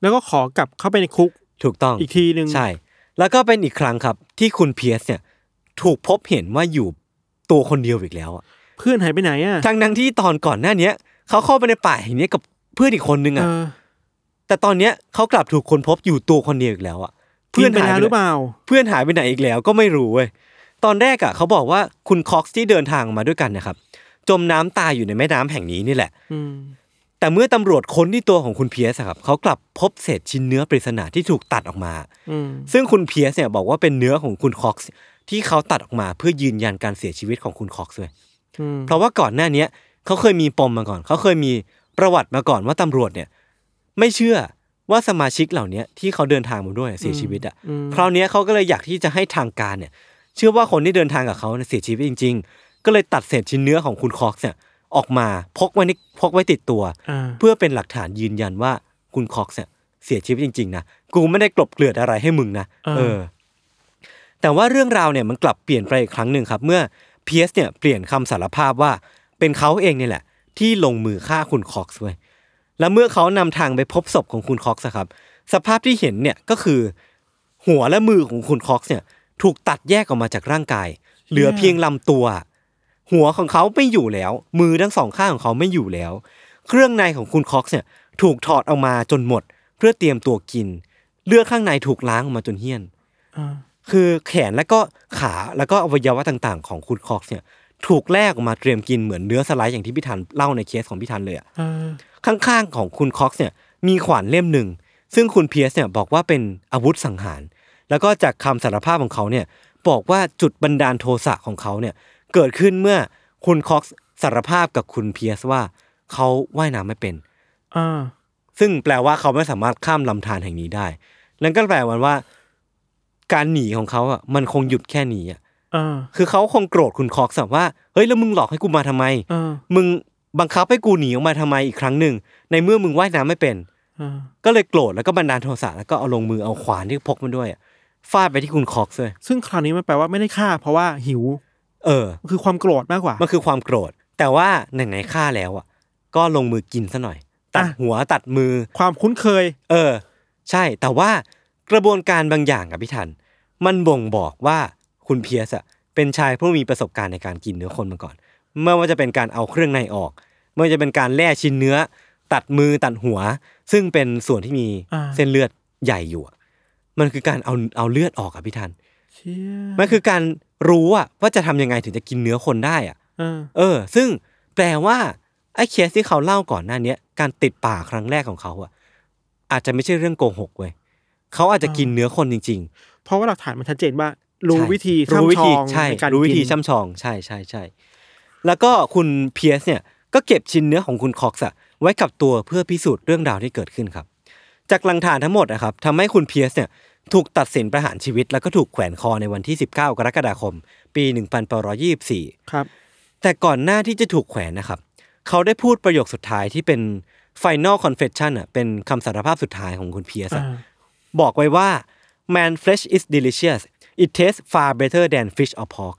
[SPEAKER 3] แล้วก็ขอกลับเข้าไปในคุก
[SPEAKER 2] ถูกต้อง
[SPEAKER 3] อีกทีหนึ่ง
[SPEAKER 2] ใช่ แล้วก็เป็นอีกครั้งครับ ที่คุณเพียสเนี่ยถูกพบเห็นว่าอยู่ตัวคนเดียวอีกแล้วอะ
[SPEAKER 3] เพื่อนหายไปไหนอ่ะ
[SPEAKER 2] ทั้งทั้งๆที่ตอนก่อนหน้าเนี้ยเขาเข้าไปในป่าแห่งเนี้ยกับเพื่อนอีกคนนึง
[SPEAKER 3] เอ
[SPEAKER 2] อ่ะ
[SPEAKER 3] อ
[SPEAKER 2] แต่ตอนเนี้ยเขากลับถูกคนพบอยู่ตัวคนเดียวอีกแล้วอ่ะ
[SPEAKER 3] เพื่อนไปแล้วหรือเปล่า
[SPEAKER 2] เพื่อนหายไปไหนอีกแล้วก็ไม่รู้เว้ยตอนแรกอ่ะเขาบอกว่าคุณคอกซ์ที่เดินทางมาด้วยกันนะครับ จมน้ำตายอยู่ในแม่น้ำแห่งนี้นี่แหละ
[SPEAKER 3] อืม
[SPEAKER 2] แต่เมื่อตำรวจค้นที่ตัวของคุณเพียสอะครับเขากลับพบเศษชิ้นเนื้อปริศนาที่ถูกตัดออกมา
[SPEAKER 3] อืม
[SPEAKER 2] ซึ่งคุณเพียสเนี่ยบอกว่าเป็นเนื้อของคุณคอกซ์ที่เขาตัดออกมาเพื่อยืนยันการเสียชีวิตของคุณคอกซ์ด้วย
[SPEAKER 3] อืม
[SPEAKER 2] เพราะว่าก่อนหน้าเนี้ยเขาเคยมีปมมาก่อน เขาเคยมีประวัติมาก่อนว่าตำรวจเนี่ยไม่เชื่อว่าสมาชิกเหล่าเนี้ยที่เขาเดินทางมาด้วยเสียชีวิตอ่ะคราวเนี้ยเขาก็เลยอยากที่จะให้ทางการเนี่ย เชื่อว่าคนที่เดินทางกับเขาเนี่ยเสียชีวิตจริง ๆ ก็เลยตัดเศษชิ้นเนื้อของคุณคอกซ์เนี่ยออกมาพกไว้ในพกไว้ติดตัว
[SPEAKER 3] อ่า
[SPEAKER 2] เพื่อเป็นหลักฐานยืนยันว่าคุณคอกซ์เนี่ยเสียชีวิตจริงๆนะกูไม่ได้กลบเกลื่อนอะไรให้มึงนะเออ แต่ว่าเรื่องราวเนี่ยมันกลับเปลี่ยนไปอีกครั้งหนึ่งครับ เมื่อเพียสเนี่ยเปลี่ยนคำสารภาพว่าเป็นเขาเองเนี่ยแหละ ที่ลงมือฆ่าคุณคอกซ์ไว้ยและเมื่อเขานำทางไปพบศพของคุณคอกซ์อะครับ สภาพที่เห็นเนี่ยก็คือ หัวและมือของคุณคอกซ์เนี่ยถูกตัดแยกออกมาจากร่างกาย เหลือเพียงลำตัว หัวของเขาไม่อยู่แล้ว มือทั้งสองข้างของเขาไม่อยู่แล้ว เครื่องในของคุณคอกซ์เนี่ยถูกถอดออกมาจนหมด เพื่อเตรียมตัวกิน เลือดข้างในถูกล้างออกมาจนเหี้ยน
[SPEAKER 3] อ่า
[SPEAKER 2] คือแขนแล้วก็ขาแล้วก็อวัยวะต่างๆ ของคุณคอกซ์เนี่ยถูกแลกออกมาเตรียมกินเหมือนเนื้อสไลด์อย่างที่พี่ทันเล่าในเคสของพี่ทันเลยอะ
[SPEAKER 3] อ่า
[SPEAKER 2] ข้างๆของคุณคอกซ์เนี่ยมีขวานเล่มหนึ่ง ซึ่งคุณเพียสเนี่ยบอกว่าเป็นอาวุธสังหาร แล้วก็จากคำสารภาพของเขาเนี่ยบอกว่าจุดบันดาลโทสะของเขาเนี่ยเกิดขึ้นเมื่อคุณคอกซ์สารภาพกับคุณเพียสว่าเขาว่ายน้ำไม่เป็น
[SPEAKER 3] อ่า
[SPEAKER 2] ซึ่งแปลว่าเขาไม่สามารถข้ามลำธารแห่งนี้ได้ นั่นก็แปลว่า การหนีของเขาอ่ะมันคงหยุดแค่นี้อ่ะ
[SPEAKER 3] อ่า
[SPEAKER 2] คือเขาคงโกรธคุณคอกสับว่า เฮ้ยแล้วมึงหลอกให้กูมาทำไม
[SPEAKER 3] อ่า
[SPEAKER 2] มึงบังคับให้กูหนีออกมาทำไมอีกครั้งหนึ่ง ในเมื่อมึงว่ายน้ำไม่เป็น
[SPEAKER 3] อ่า
[SPEAKER 2] ก็เลยโกรธแล้วก็บันดาลโทสะแล้วก็เอาลงมือเอาขวานที่พกมาด้วยอะฟาดไปที่คุณคอกเลย
[SPEAKER 3] ซึ่งคราวนี้มันแปลว่าไม่ได้ฆ่า เพราะว่าหิว
[SPEAKER 2] เออ
[SPEAKER 3] มันคือความโกรธมากกว่า
[SPEAKER 2] มันคือความโกรธ แต่ว่าไหนๆฆ่าแล้วอ่ะ ก็ลงมือกินซะหน่อย ตัด
[SPEAKER 3] อ่ะ
[SPEAKER 2] หัวตัดมือ
[SPEAKER 3] ความคุ้นเคย
[SPEAKER 2] เออ ใช่ แต่ว่ากระบวนการบางอย่างอะพี่ทัน มันบ่งบอกว่าคุณเพียสอะเป็นชายผู้มีประสบการณ์ในการกินเนื้อคนมาก่อนไม่ว่าจะเป็นการเอาเครื่องในออกไม่ว่าจะเป็นการแล่ชิ้นเนื้อ ตัดมือตัดหัว ซึ่งเป็นส่วนที่มี
[SPEAKER 3] อ่า
[SPEAKER 2] เส้นเลือดใหญ่อยู่อะมันคือการเอาเอาเลือดออกอะพี่ทัน
[SPEAKER 3] เชี่ย
[SPEAKER 2] มันคือการรู้อะว่าจะทำยังไงถึงจะกินเนื้อคนได้อะ
[SPEAKER 3] อ่า
[SPEAKER 2] เออ ซึ่งแปลว่าไอ้เคสที่เขาเล่าก่อนหน้าเนี้ยการติดป่ากครั้งแรกของเขาอะอาจจะไม่ใช่เรื่องโกหกเว้ยเขาอาจจะกินเนื้อคนจริง ๆ
[SPEAKER 3] เพราะว่าหลักฐานมันชัดเจนว่า รู้
[SPEAKER 2] ใช่
[SPEAKER 3] วิธี
[SPEAKER 2] รู้วิ
[SPEAKER 3] ช่ำช
[SPEAKER 2] ธี
[SPEAKER 3] อง
[SPEAKER 2] ใช่
[SPEAKER 3] ในการ
[SPEAKER 2] รู้วิธี
[SPEAKER 3] กิน
[SPEAKER 2] ช่ำชองใช่ใช่ใช่แล้วก็คุณเพียสเนี่ยก็เก็บชิ้นเนื้อของคุณคอกซ์อะไว้กับตัวเพื่อพิสูจน์เรื่องราวที่เกิดขึ้นครับ จากหลังฐานทั้งหมดนะครับทำให้คุณเพียสเนี่ยถูกตัดสินประหารชีวิต แล้วก็ถูกแขวนคอในวันที่ 19 กรกฎาคม ปี 1924
[SPEAKER 3] ครับ
[SPEAKER 2] แต่ก่อนหน้าที่จะถูกแขวนนะครับ เขาได้พูดประโยคสุดท้ายที่เป็น Final Confession อ่ะเป็นคำสารภาพสุดท้ายของคุณเพียสอะ บอกไว้ว่า man flesh is delicious it tastes far better than fish or pork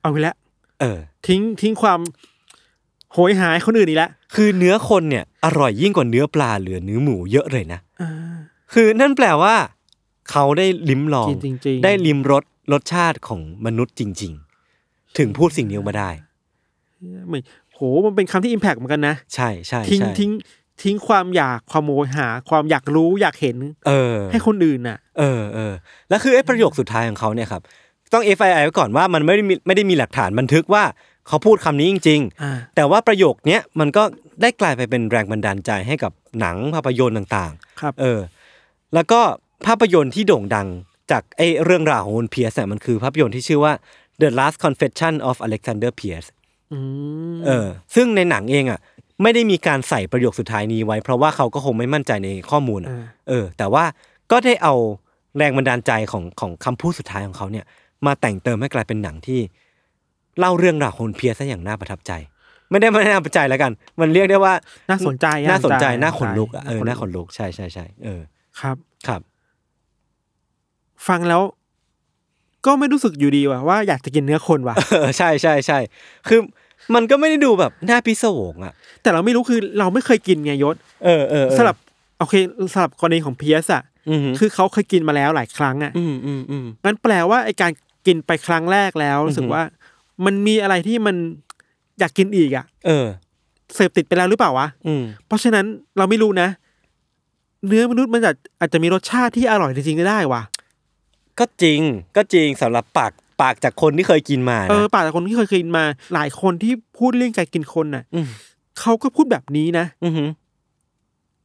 [SPEAKER 3] เอาไปแล้ว
[SPEAKER 2] เออ
[SPEAKER 3] ทิ้งทิ้งความโหยหายคนอื่นอีกแล้ว
[SPEAKER 2] คือเนื้อคนเนี่ยอร่อยยิ่งกว่าเนื้อปลาหรือเนื้อหมูเยอะเลยนะ คือนั่นแปลว่า เขาได้ลิ้มลอง
[SPEAKER 3] กินจริงๆ
[SPEAKER 2] ได้ลิ้มรสรสชาติของมนุษย์จริง ๆ ถึงพูดสิ่งนี้ออกมาได้
[SPEAKER 3] เหมือนโหมันเป็นคำที่อิมแพกเหมือนกันนะ
[SPEAKER 2] ใช่ใช่
[SPEAKER 3] ทิ้ง
[SPEAKER 2] ใช่
[SPEAKER 3] ทิ้งทิ้งความอยากความโหยหา ความอยากรู้อยากเห็น
[SPEAKER 2] เออ
[SPEAKER 3] ให้คนอื่นน่ะ
[SPEAKER 2] เออเออแล้วคือไอ้ประโยคสุดท้ายของเขาเนี่ยครับต้อง FII ไว้ก่อนว่ามันไม่ได้มีไม่ได้มีหลักฐานบันทึกว่าเขาพูดคำนี้จริง
[SPEAKER 3] อ่า
[SPEAKER 2] ๆ แต่ว่าประโยคเนี้ยมันก็ได้กลายไปเป็นแรงบันดาลใจให้กับหนังภาพยนตร์ต่าง
[SPEAKER 3] ครับ
[SPEAKER 2] ๆ เออ แล้วก็ภาพยนตร์ที่โด่งดังจากไอ้เรื่องราวของคุณเพียสเนี่ยมันคือภาพยนตร์ที่ชื่อว่า The Last Confession of Alexander Pierce
[SPEAKER 3] ม
[SPEAKER 2] เออซึ่งในหนังเองอ่ะไม่ได้มีการใส่ประโยคสุดท้ายนี้ไว้ เพราะว่าเขาก็คงไม่มั่นใจในข้อมูลอะเออ แต่ว่าก็ได้เอาแรงบันดาลใจของของคำพูดสุดท้ายของเขาเนี่ย มาแต่งเติมให้กลายเป็นหนังที่ เล่าเรื่องราวของคุณเพียร์ซะอย่างน่าประทับใจ ไม่ได้มาน่าประทับใจแล้วกัน มันเรียกได้ว่า
[SPEAKER 3] น่าสนใจ
[SPEAKER 2] น่าสนใจ
[SPEAKER 3] น่า
[SPEAKER 2] น่า
[SPEAKER 3] ส
[SPEAKER 2] ข
[SPEAKER 3] น
[SPEAKER 2] น
[SPEAKER 3] ใจ
[SPEAKER 2] ลุกอะเออ
[SPEAKER 3] น่า
[SPEAKER 2] น่า
[SPEAKER 3] ข
[SPEAKER 2] ข
[SPEAKER 3] น
[SPEAKER 2] น
[SPEAKER 3] ลุ
[SPEAKER 2] ลุ
[SPEAKER 3] ก
[SPEAKER 2] กใช่ใช่ใช่เออ
[SPEAKER 3] ครับ
[SPEAKER 2] ครับ (laughs)
[SPEAKER 3] ฟังแล้ว ก็ไม่รู้สึกอยู่ดีว่ะว่าอยากจะกินเนื้อคนว่ะ
[SPEAKER 2] เออใช่ใช่ใช่คือมันก็ไม่ได้ดูแบบน่าพิศวงอ่ะ
[SPEAKER 3] แต่เราไม่รู้คือเราไม่เคยกินไงยศ
[SPEAKER 2] เออเออเออ
[SPEAKER 3] สลับโอเคสลับกรณีของเพียสอะ
[SPEAKER 2] อืมฮึ
[SPEAKER 3] คือเขาเคยกินมาแล้วหลายครั้งอะ
[SPEAKER 2] อืมอืมอืม
[SPEAKER 3] งั้นแปลว่าไอการกินไปครั้งแรกแล้วรู้สึ
[SPEAKER 2] อื
[SPEAKER 3] ก
[SPEAKER 2] อหือ
[SPEAKER 3] ว่า มันมีอะไรที่มันอยากกินอีกอะ
[SPEAKER 2] เออ
[SPEAKER 3] เสพติดไปแล้วหรือเปล่าวะ
[SPEAKER 2] อืม
[SPEAKER 3] เพราะฉะนั้นเราไม่รู้นะ เนื้อมนุษย์มันอาจอาจจะมีรสชาติที่อร่อยจริงๆก็ได้ว่ะ
[SPEAKER 2] ก็จริงก็จริงสำหรับปากปากจากคนที่เคยกินมา
[SPEAKER 3] เอ
[SPEAKER 2] นะ
[SPEAKER 3] อป่าแต่คนที่เคยกินมา หลายคนที่พูดเรื่องการกินคนน่ะ
[SPEAKER 2] อืม
[SPEAKER 3] เขาก็พูดแบบนี้นะ
[SPEAKER 2] อืมฮึ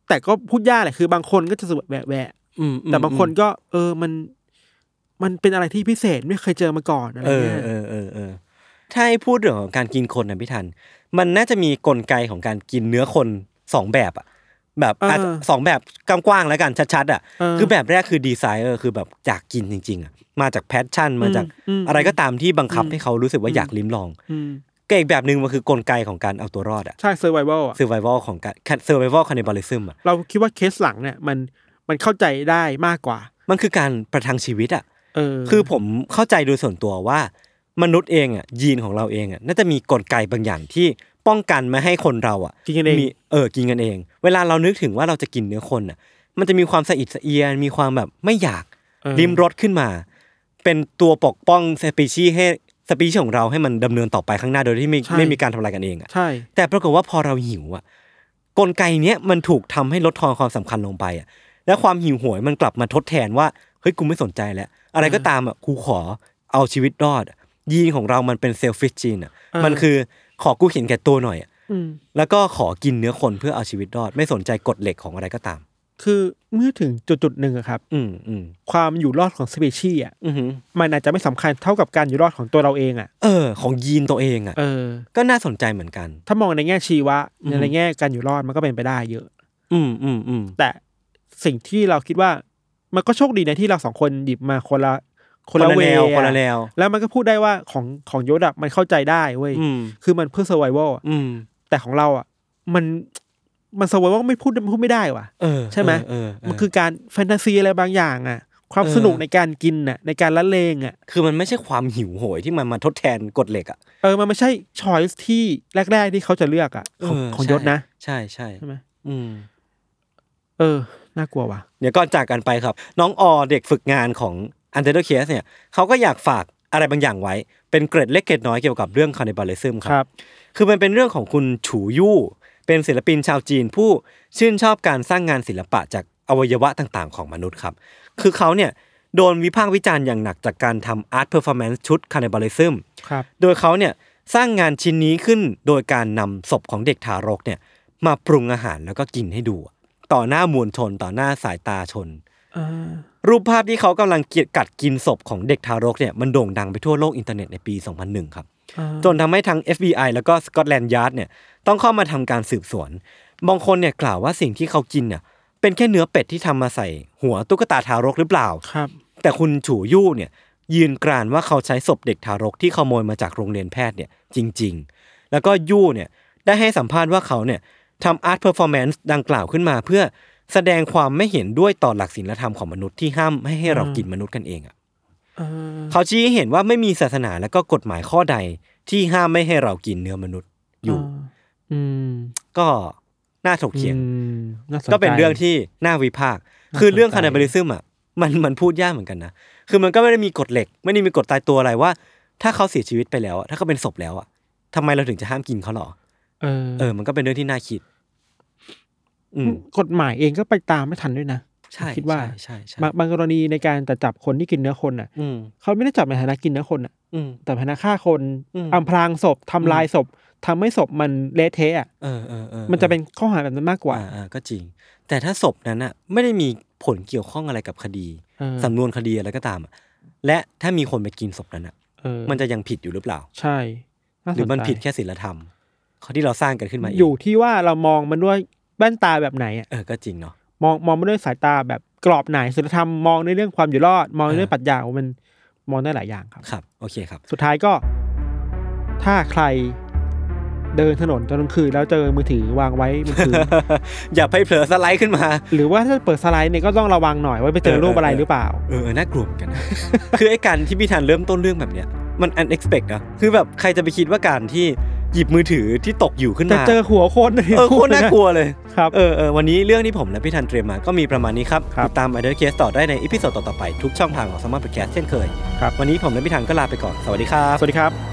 [SPEAKER 3] แต่ก็พูดยากแหละคือบางคนก็จะสวยแหวะแหวะ
[SPEAKER 2] อืมอืม
[SPEAKER 3] แต่บางคนก็ เออมัน มันเป็นอะไรที่พิเศษไม่เคยเจอมาก่อนอะไร
[SPEAKER 2] เออ
[SPEAKER 3] เงี้ย
[SPEAKER 2] เออเออเออถ้าให้พูดเรื่องของการกินคนนะพี่ทัน มันน่าจะมีกลไกของการกินเนื้อคนสองแบบอะแบบอาจจะสองแบบกว้างๆแล้วกันชัดๆอ่ะ
[SPEAKER 3] เ
[SPEAKER 2] คือแบบแรกคือดีไซเออร์คือแบบอยากกินจริงๆอ่ะมาจากแพชชั่นมาจาก
[SPEAKER 3] อืม
[SPEAKER 2] อะไรก็ตามที่บังคับ
[SPEAKER 3] อืม
[SPEAKER 2] ให้เขารู้สึกว่า
[SPEAKER 3] อืม
[SPEAKER 2] อยากลิ้มลอง
[SPEAKER 3] อืม
[SPEAKER 2] ก็อีกแบบหนึ่งมันคือกลไกของการเอาตัวรอดอ่ะ
[SPEAKER 3] ใช่เซอร์ไวเวลอ่ะ
[SPEAKER 2] เซอร์ไววของการเซอร์ไววคานิบาลิซึมอ่ะ
[SPEAKER 3] เราคิดว่าเคสหลังเนี่ย มันมันเข้าใจได้มากกว่า
[SPEAKER 2] มันคือการประทังชีวิตอ่ะ
[SPEAKER 3] เออ
[SPEAKER 2] คือผมเข้าใจโดยส่วนตัวว่า มนุษย์เองอ่ะยีนของเราเองอ่ะน่าจะมีกลไกบางอย่างที่ป้องกันไม่ให้คนเราอ่ะ
[SPEAKER 3] กินกันเอง
[SPEAKER 2] มีเออกินกันเอง เวลาเรานึกถึงว่าเราจะกินเนื้อคนอ่ะ มันจะมีความสะอิดสะเอียนมีความแบบไม่อยาก
[SPEAKER 3] เออ
[SPEAKER 2] ริมรสขึ้นมา เป็นตัวปกป้องสปีชีส์ให้สปีชีส์ของเราให้มันดำเนินต่อไปข้างหน้าโดยที่ไม่
[SPEAKER 3] ใช่
[SPEAKER 2] ไม่มีการทำลายกันเองอ่ะ
[SPEAKER 3] ใช่
[SPEAKER 2] แต่ปรากฏว่าพอเราหิวอ่ะกลไกเนี้ยมันถูกทำให้ลดทอนความสำคัญลงไปอ่ะ และความหิวโหยมันกลับมาทดแทนว่าเฮ้ยกูไม่สนใจแล้ว อะไรก็ตามอ่ะกูขอเอาชีวิตรอดอะยีนของเรามันเป็นเซลฟิชจีนอ่ะ มันคือขอกูเห็นแก่ตัวหน่อยอ่ะ
[SPEAKER 3] อืม
[SPEAKER 2] แล้วก็ขอกินเนื้อคนเพื่อเอาชีวิตรอด ไม่สนใจกฎเหล็กของอะไรก็ตาม
[SPEAKER 3] คือเมื่อถึงจุดจุดๆหนึ่งอะครับ
[SPEAKER 2] อืมอืม
[SPEAKER 3] ความอยู่รอดของสปีชีส์อ่ะ
[SPEAKER 2] อือหือ
[SPEAKER 3] มันอาจจะไม่สำคัญเท่ากับการอยู่รอดของตัวเราเองอ่ะ
[SPEAKER 2] เออ ของยีนตัวเองอ่ะ
[SPEAKER 3] เออ
[SPEAKER 2] ก็น่าสนใจเหมือนกัน
[SPEAKER 3] ถ้ามองในแง่ชีวะ
[SPEAKER 2] อืม
[SPEAKER 3] ในแง่การอยู่รอดมันก็เป็นไปได้เยอะ
[SPEAKER 2] อืมอืมอืม
[SPEAKER 3] แต่สิ่งที่เราคิดว่ามันก็โชคดีนะที่เราสองคนหยิบมาคนละคนละเว
[SPEAKER 2] แนว
[SPEAKER 3] อะ
[SPEAKER 2] คนละแนว
[SPEAKER 3] แล้วมันก็พูดได้ว่าของของยศอะมันเข้าใจได้เว้ย
[SPEAKER 2] อืม
[SPEAKER 3] คือมันเพื่อ survival อะ
[SPEAKER 2] อืม
[SPEAKER 3] แต่ของเราอ่ะมันมัน survival ไม่พูดพูดไม่ได้ว่ะ
[SPEAKER 2] เออ
[SPEAKER 3] ใช่ไหม
[SPEAKER 2] เออเ
[SPEAKER 3] มันคือการแฟนตาซีอะไรบางอย่างอ่ะ ความ
[SPEAKER 2] เออ
[SPEAKER 3] สนุกในการกินอ่ะในการละเลงอ่ะ
[SPEAKER 2] คือมันไม่ใช่ความหิวโหยที่มันมาทดแทนกฎเหล็กอ่ะ
[SPEAKER 3] เออ มันไม่ใช่ช้อยส์ที่แรก ๆ ที่เขาจะเลือกอ่ะของ
[SPEAKER 2] เออ
[SPEAKER 3] ของ
[SPEAKER 2] ใช่
[SPEAKER 3] ยศนะ
[SPEAKER 2] ใช่ใช่
[SPEAKER 3] ใช่ไหม
[SPEAKER 2] อืม
[SPEAKER 3] เออ น่ากลัวว่ะ
[SPEAKER 2] เดี๋ยวก่อนจากกันไปครับ น้องออเด็กฝึกงานของอันเดอร์เคสเนี่ยเขาก็อยากฝากอะไรบางอย่างไว้ เป็นเกร็ดเล็กเกร็ดน้อยเกี่ยวกับเรื่องคาร์นิบาลิซึมค
[SPEAKER 3] ครั
[SPEAKER 2] รับ บ คือมันเป็นเรื่องของคุณฉูยู่ เป็นศิลปินชาวจีนผู้ชื่นชอบการสร้างงานศิลปะจากอวัยวะต่างๆ ของมนุษย์ครับ คือเขาเนี่ยโดนวิพากษ์วิจารณ์อย่างหนักจากการทำอาร์ตเพอร์ฟอร์แมนซ์ชุดคาร์นิบาลิซึม
[SPEAKER 3] ครับ
[SPEAKER 2] โดยเขาเนี่ยสร้างงานชิ้นนี้ขึ้นโดยการนำศพของเด็กทารกเนี่ยมาปรุงอาหารแล้วก็กินให้ดู ต่อหน้ามวลชนต่อหน้าสายตาชน
[SPEAKER 3] เออ
[SPEAKER 2] รูปภาพที่เขากำลังเกลียดกัดกินศพของเด็กทารกเนี่ยมันโด่งดังไปทั่วโลกอินเทอร์เน็ตในปี 2001 ครับ
[SPEAKER 3] เออ
[SPEAKER 2] จนทำให้ทั้ง FBI แล้วก็สกอตแลนด์ยาร์ดเนี่ยต้องเข้ามาทำการสืบสวน บางคนเนี่ยกล่าวว่าสิ่งที่เขากินเนี่ยเป็นแค่เนื้อเป็ดที่ทำมาใส่หัวตุ๊กตาทารกหรือเปล่า
[SPEAKER 3] ครับ
[SPEAKER 2] แต่คุณฉูยู่เนี่ยยืนกรานว่าเขาใช้ศพเด็กทารกที่ขโมยมาจากโรงเรียนแพทย์เนี่ยจริง ๆ แล้วก็ยู่เนี่ยได้ให้สัมภาษณ์ว่าเขาเนี่ยทำอาร์ตเพอร์ฟอร์แมนซ์ดังกล่าวขึ้นมา เพื่อแสดงความไม่เห็นด้วยต่อหลักศีลธรรมของมนุษย์ที่ห้ามไม่ให้เรากินมนุษย์กันเองอะ
[SPEAKER 3] เออ
[SPEAKER 2] เขาชี้ให้เห็นว่าไม่มีศาสนาและก็กฎหมายข้อใดที่ห้ามไม่ให้เรากินเนื้อมนุษย์อยู่
[SPEAKER 3] อืม
[SPEAKER 2] ก็น่าถกเถียง
[SPEAKER 3] อืมาสใจ
[SPEAKER 2] ก็เป็นเรื่องที่น่าวิพากษ์
[SPEAKER 3] น่า
[SPEAKER 2] คือเรื่อง
[SPEAKER 3] สนใจ
[SPEAKER 2] คานาบริซึมอ่ะ มันมันพูดยากเหมือนกันนะ คือมันก็ไม่ได้มีกฎเหล็ก ไม่ได้มีกฎตายตัวอะไรว่า ถ้าเขาเสียชีวิตไปแล้วอะถ้าเขาเป็นศพแล้วอ่ะทำไมเราถึงจะห้ามกินเขาหรอ
[SPEAKER 3] เออ
[SPEAKER 2] เออ มันก็เป็นเรื่องที่น่าคิด อืม
[SPEAKER 3] กฎหมายเองก็ไปตามไม่ทันด้วยนะ
[SPEAKER 2] ใช่
[SPEAKER 3] คิดว่า
[SPEAKER 2] ใช่ใช่
[SPEAKER 3] บางบางกรณีในการแต่จับคนที่กินเนื้อคนน่ะ
[SPEAKER 2] อืม
[SPEAKER 3] เขาไม่ได้จับในฐานะกินเนื้อคนน่ะ
[SPEAKER 2] อืม
[SPEAKER 3] แต่ฐานะฆ่าคน
[SPEAKER 2] อืม
[SPEAKER 3] อำพรางศพทำลายศพทำให้ศพมันเละเทะอะ
[SPEAKER 2] เออเออเออ
[SPEAKER 3] มันจะเป็นข้อหาแบบนั้นมากกว่า
[SPEAKER 2] อ่าอ่าก็จริง แต่ถ้าศพนั้นอ่ะ ไม่ได้มีผลเกี่ยวข้องอะไรกับคดี
[SPEAKER 3] เออ
[SPEAKER 2] สำนวนคดีอะไรก็ตามอะและถ้ามีคนไปกินศพนั้นอ่ะ
[SPEAKER 3] เออ
[SPEAKER 2] มันจะยังผิดอยู่หรือเปล่า
[SPEAKER 3] ใช่าส
[SPEAKER 2] หรือมัน
[SPEAKER 3] ใจ
[SPEAKER 2] ผิดแค่ศีลธรรมข้อที่เราสร้างกันขึ้นมาเอง
[SPEAKER 3] อยู่ที่ว่าเรามองมันด้วยแว่นตาแบบไหนอะ
[SPEAKER 2] เออก็จริงเนาะ
[SPEAKER 3] มองมองมันด้วยสายตาแบบกรอบไหนศีลธรรมมองในเรื่องความอยู่รอด มองในเรื่อง
[SPEAKER 2] อ่า
[SPEAKER 3] ปรัชญาของมันมองได้หลายอย่างครับ
[SPEAKER 2] ครับ โอเคครับ
[SPEAKER 3] สุดท้ายก็ ถ้าใครเดินถนนตอนกลางคืนแล้วเจอมือถือวางไว้บน
[SPEAKER 2] (laughs)
[SPEAKER 3] พื้น
[SPEAKER 2] (laughs) อย่าไปเผลอสไลด์ขึ้นมา
[SPEAKER 3] หรือว่าถ้าเปิดสไลด์เนี่ยก็ต้องระวังหน่อยว่าไปเจอรูปอะไรหรือเปล่า
[SPEAKER 2] เออ น่ากลัวเหมือนกันนะ (laughs) คือไอ้การที่พี่ธันเริ่มต้นเรื่องแบบเนี้ย มัน unexpected นะ คือแบบใครจะไปคิดว่าการที่หยิบมือถือที่ตกอยู่ขึ้น
[SPEAKER 3] จะ
[SPEAKER 2] มา
[SPEAKER 3] เจอหัวคน
[SPEAKER 2] เออ โคตรน่ากลัวเลย
[SPEAKER 3] ครับ
[SPEAKER 2] เออเออวันนี้เรื่องที่ผมและพี่ธันเตรียมมาก็มีประมาณนี้ครับ
[SPEAKER 3] ครับ
[SPEAKER 2] ติดตาม i d e r Case ต่อได้ในอีพิโซดต่อๆไปทุกช่องทางของ s มาร์ Podcast เช่นเคย
[SPEAKER 3] ครับ
[SPEAKER 2] วันนี้ผมและพี่ธันก็ลาไปก่อน สวัสดีครับ
[SPEAKER 3] สวัสดีครับ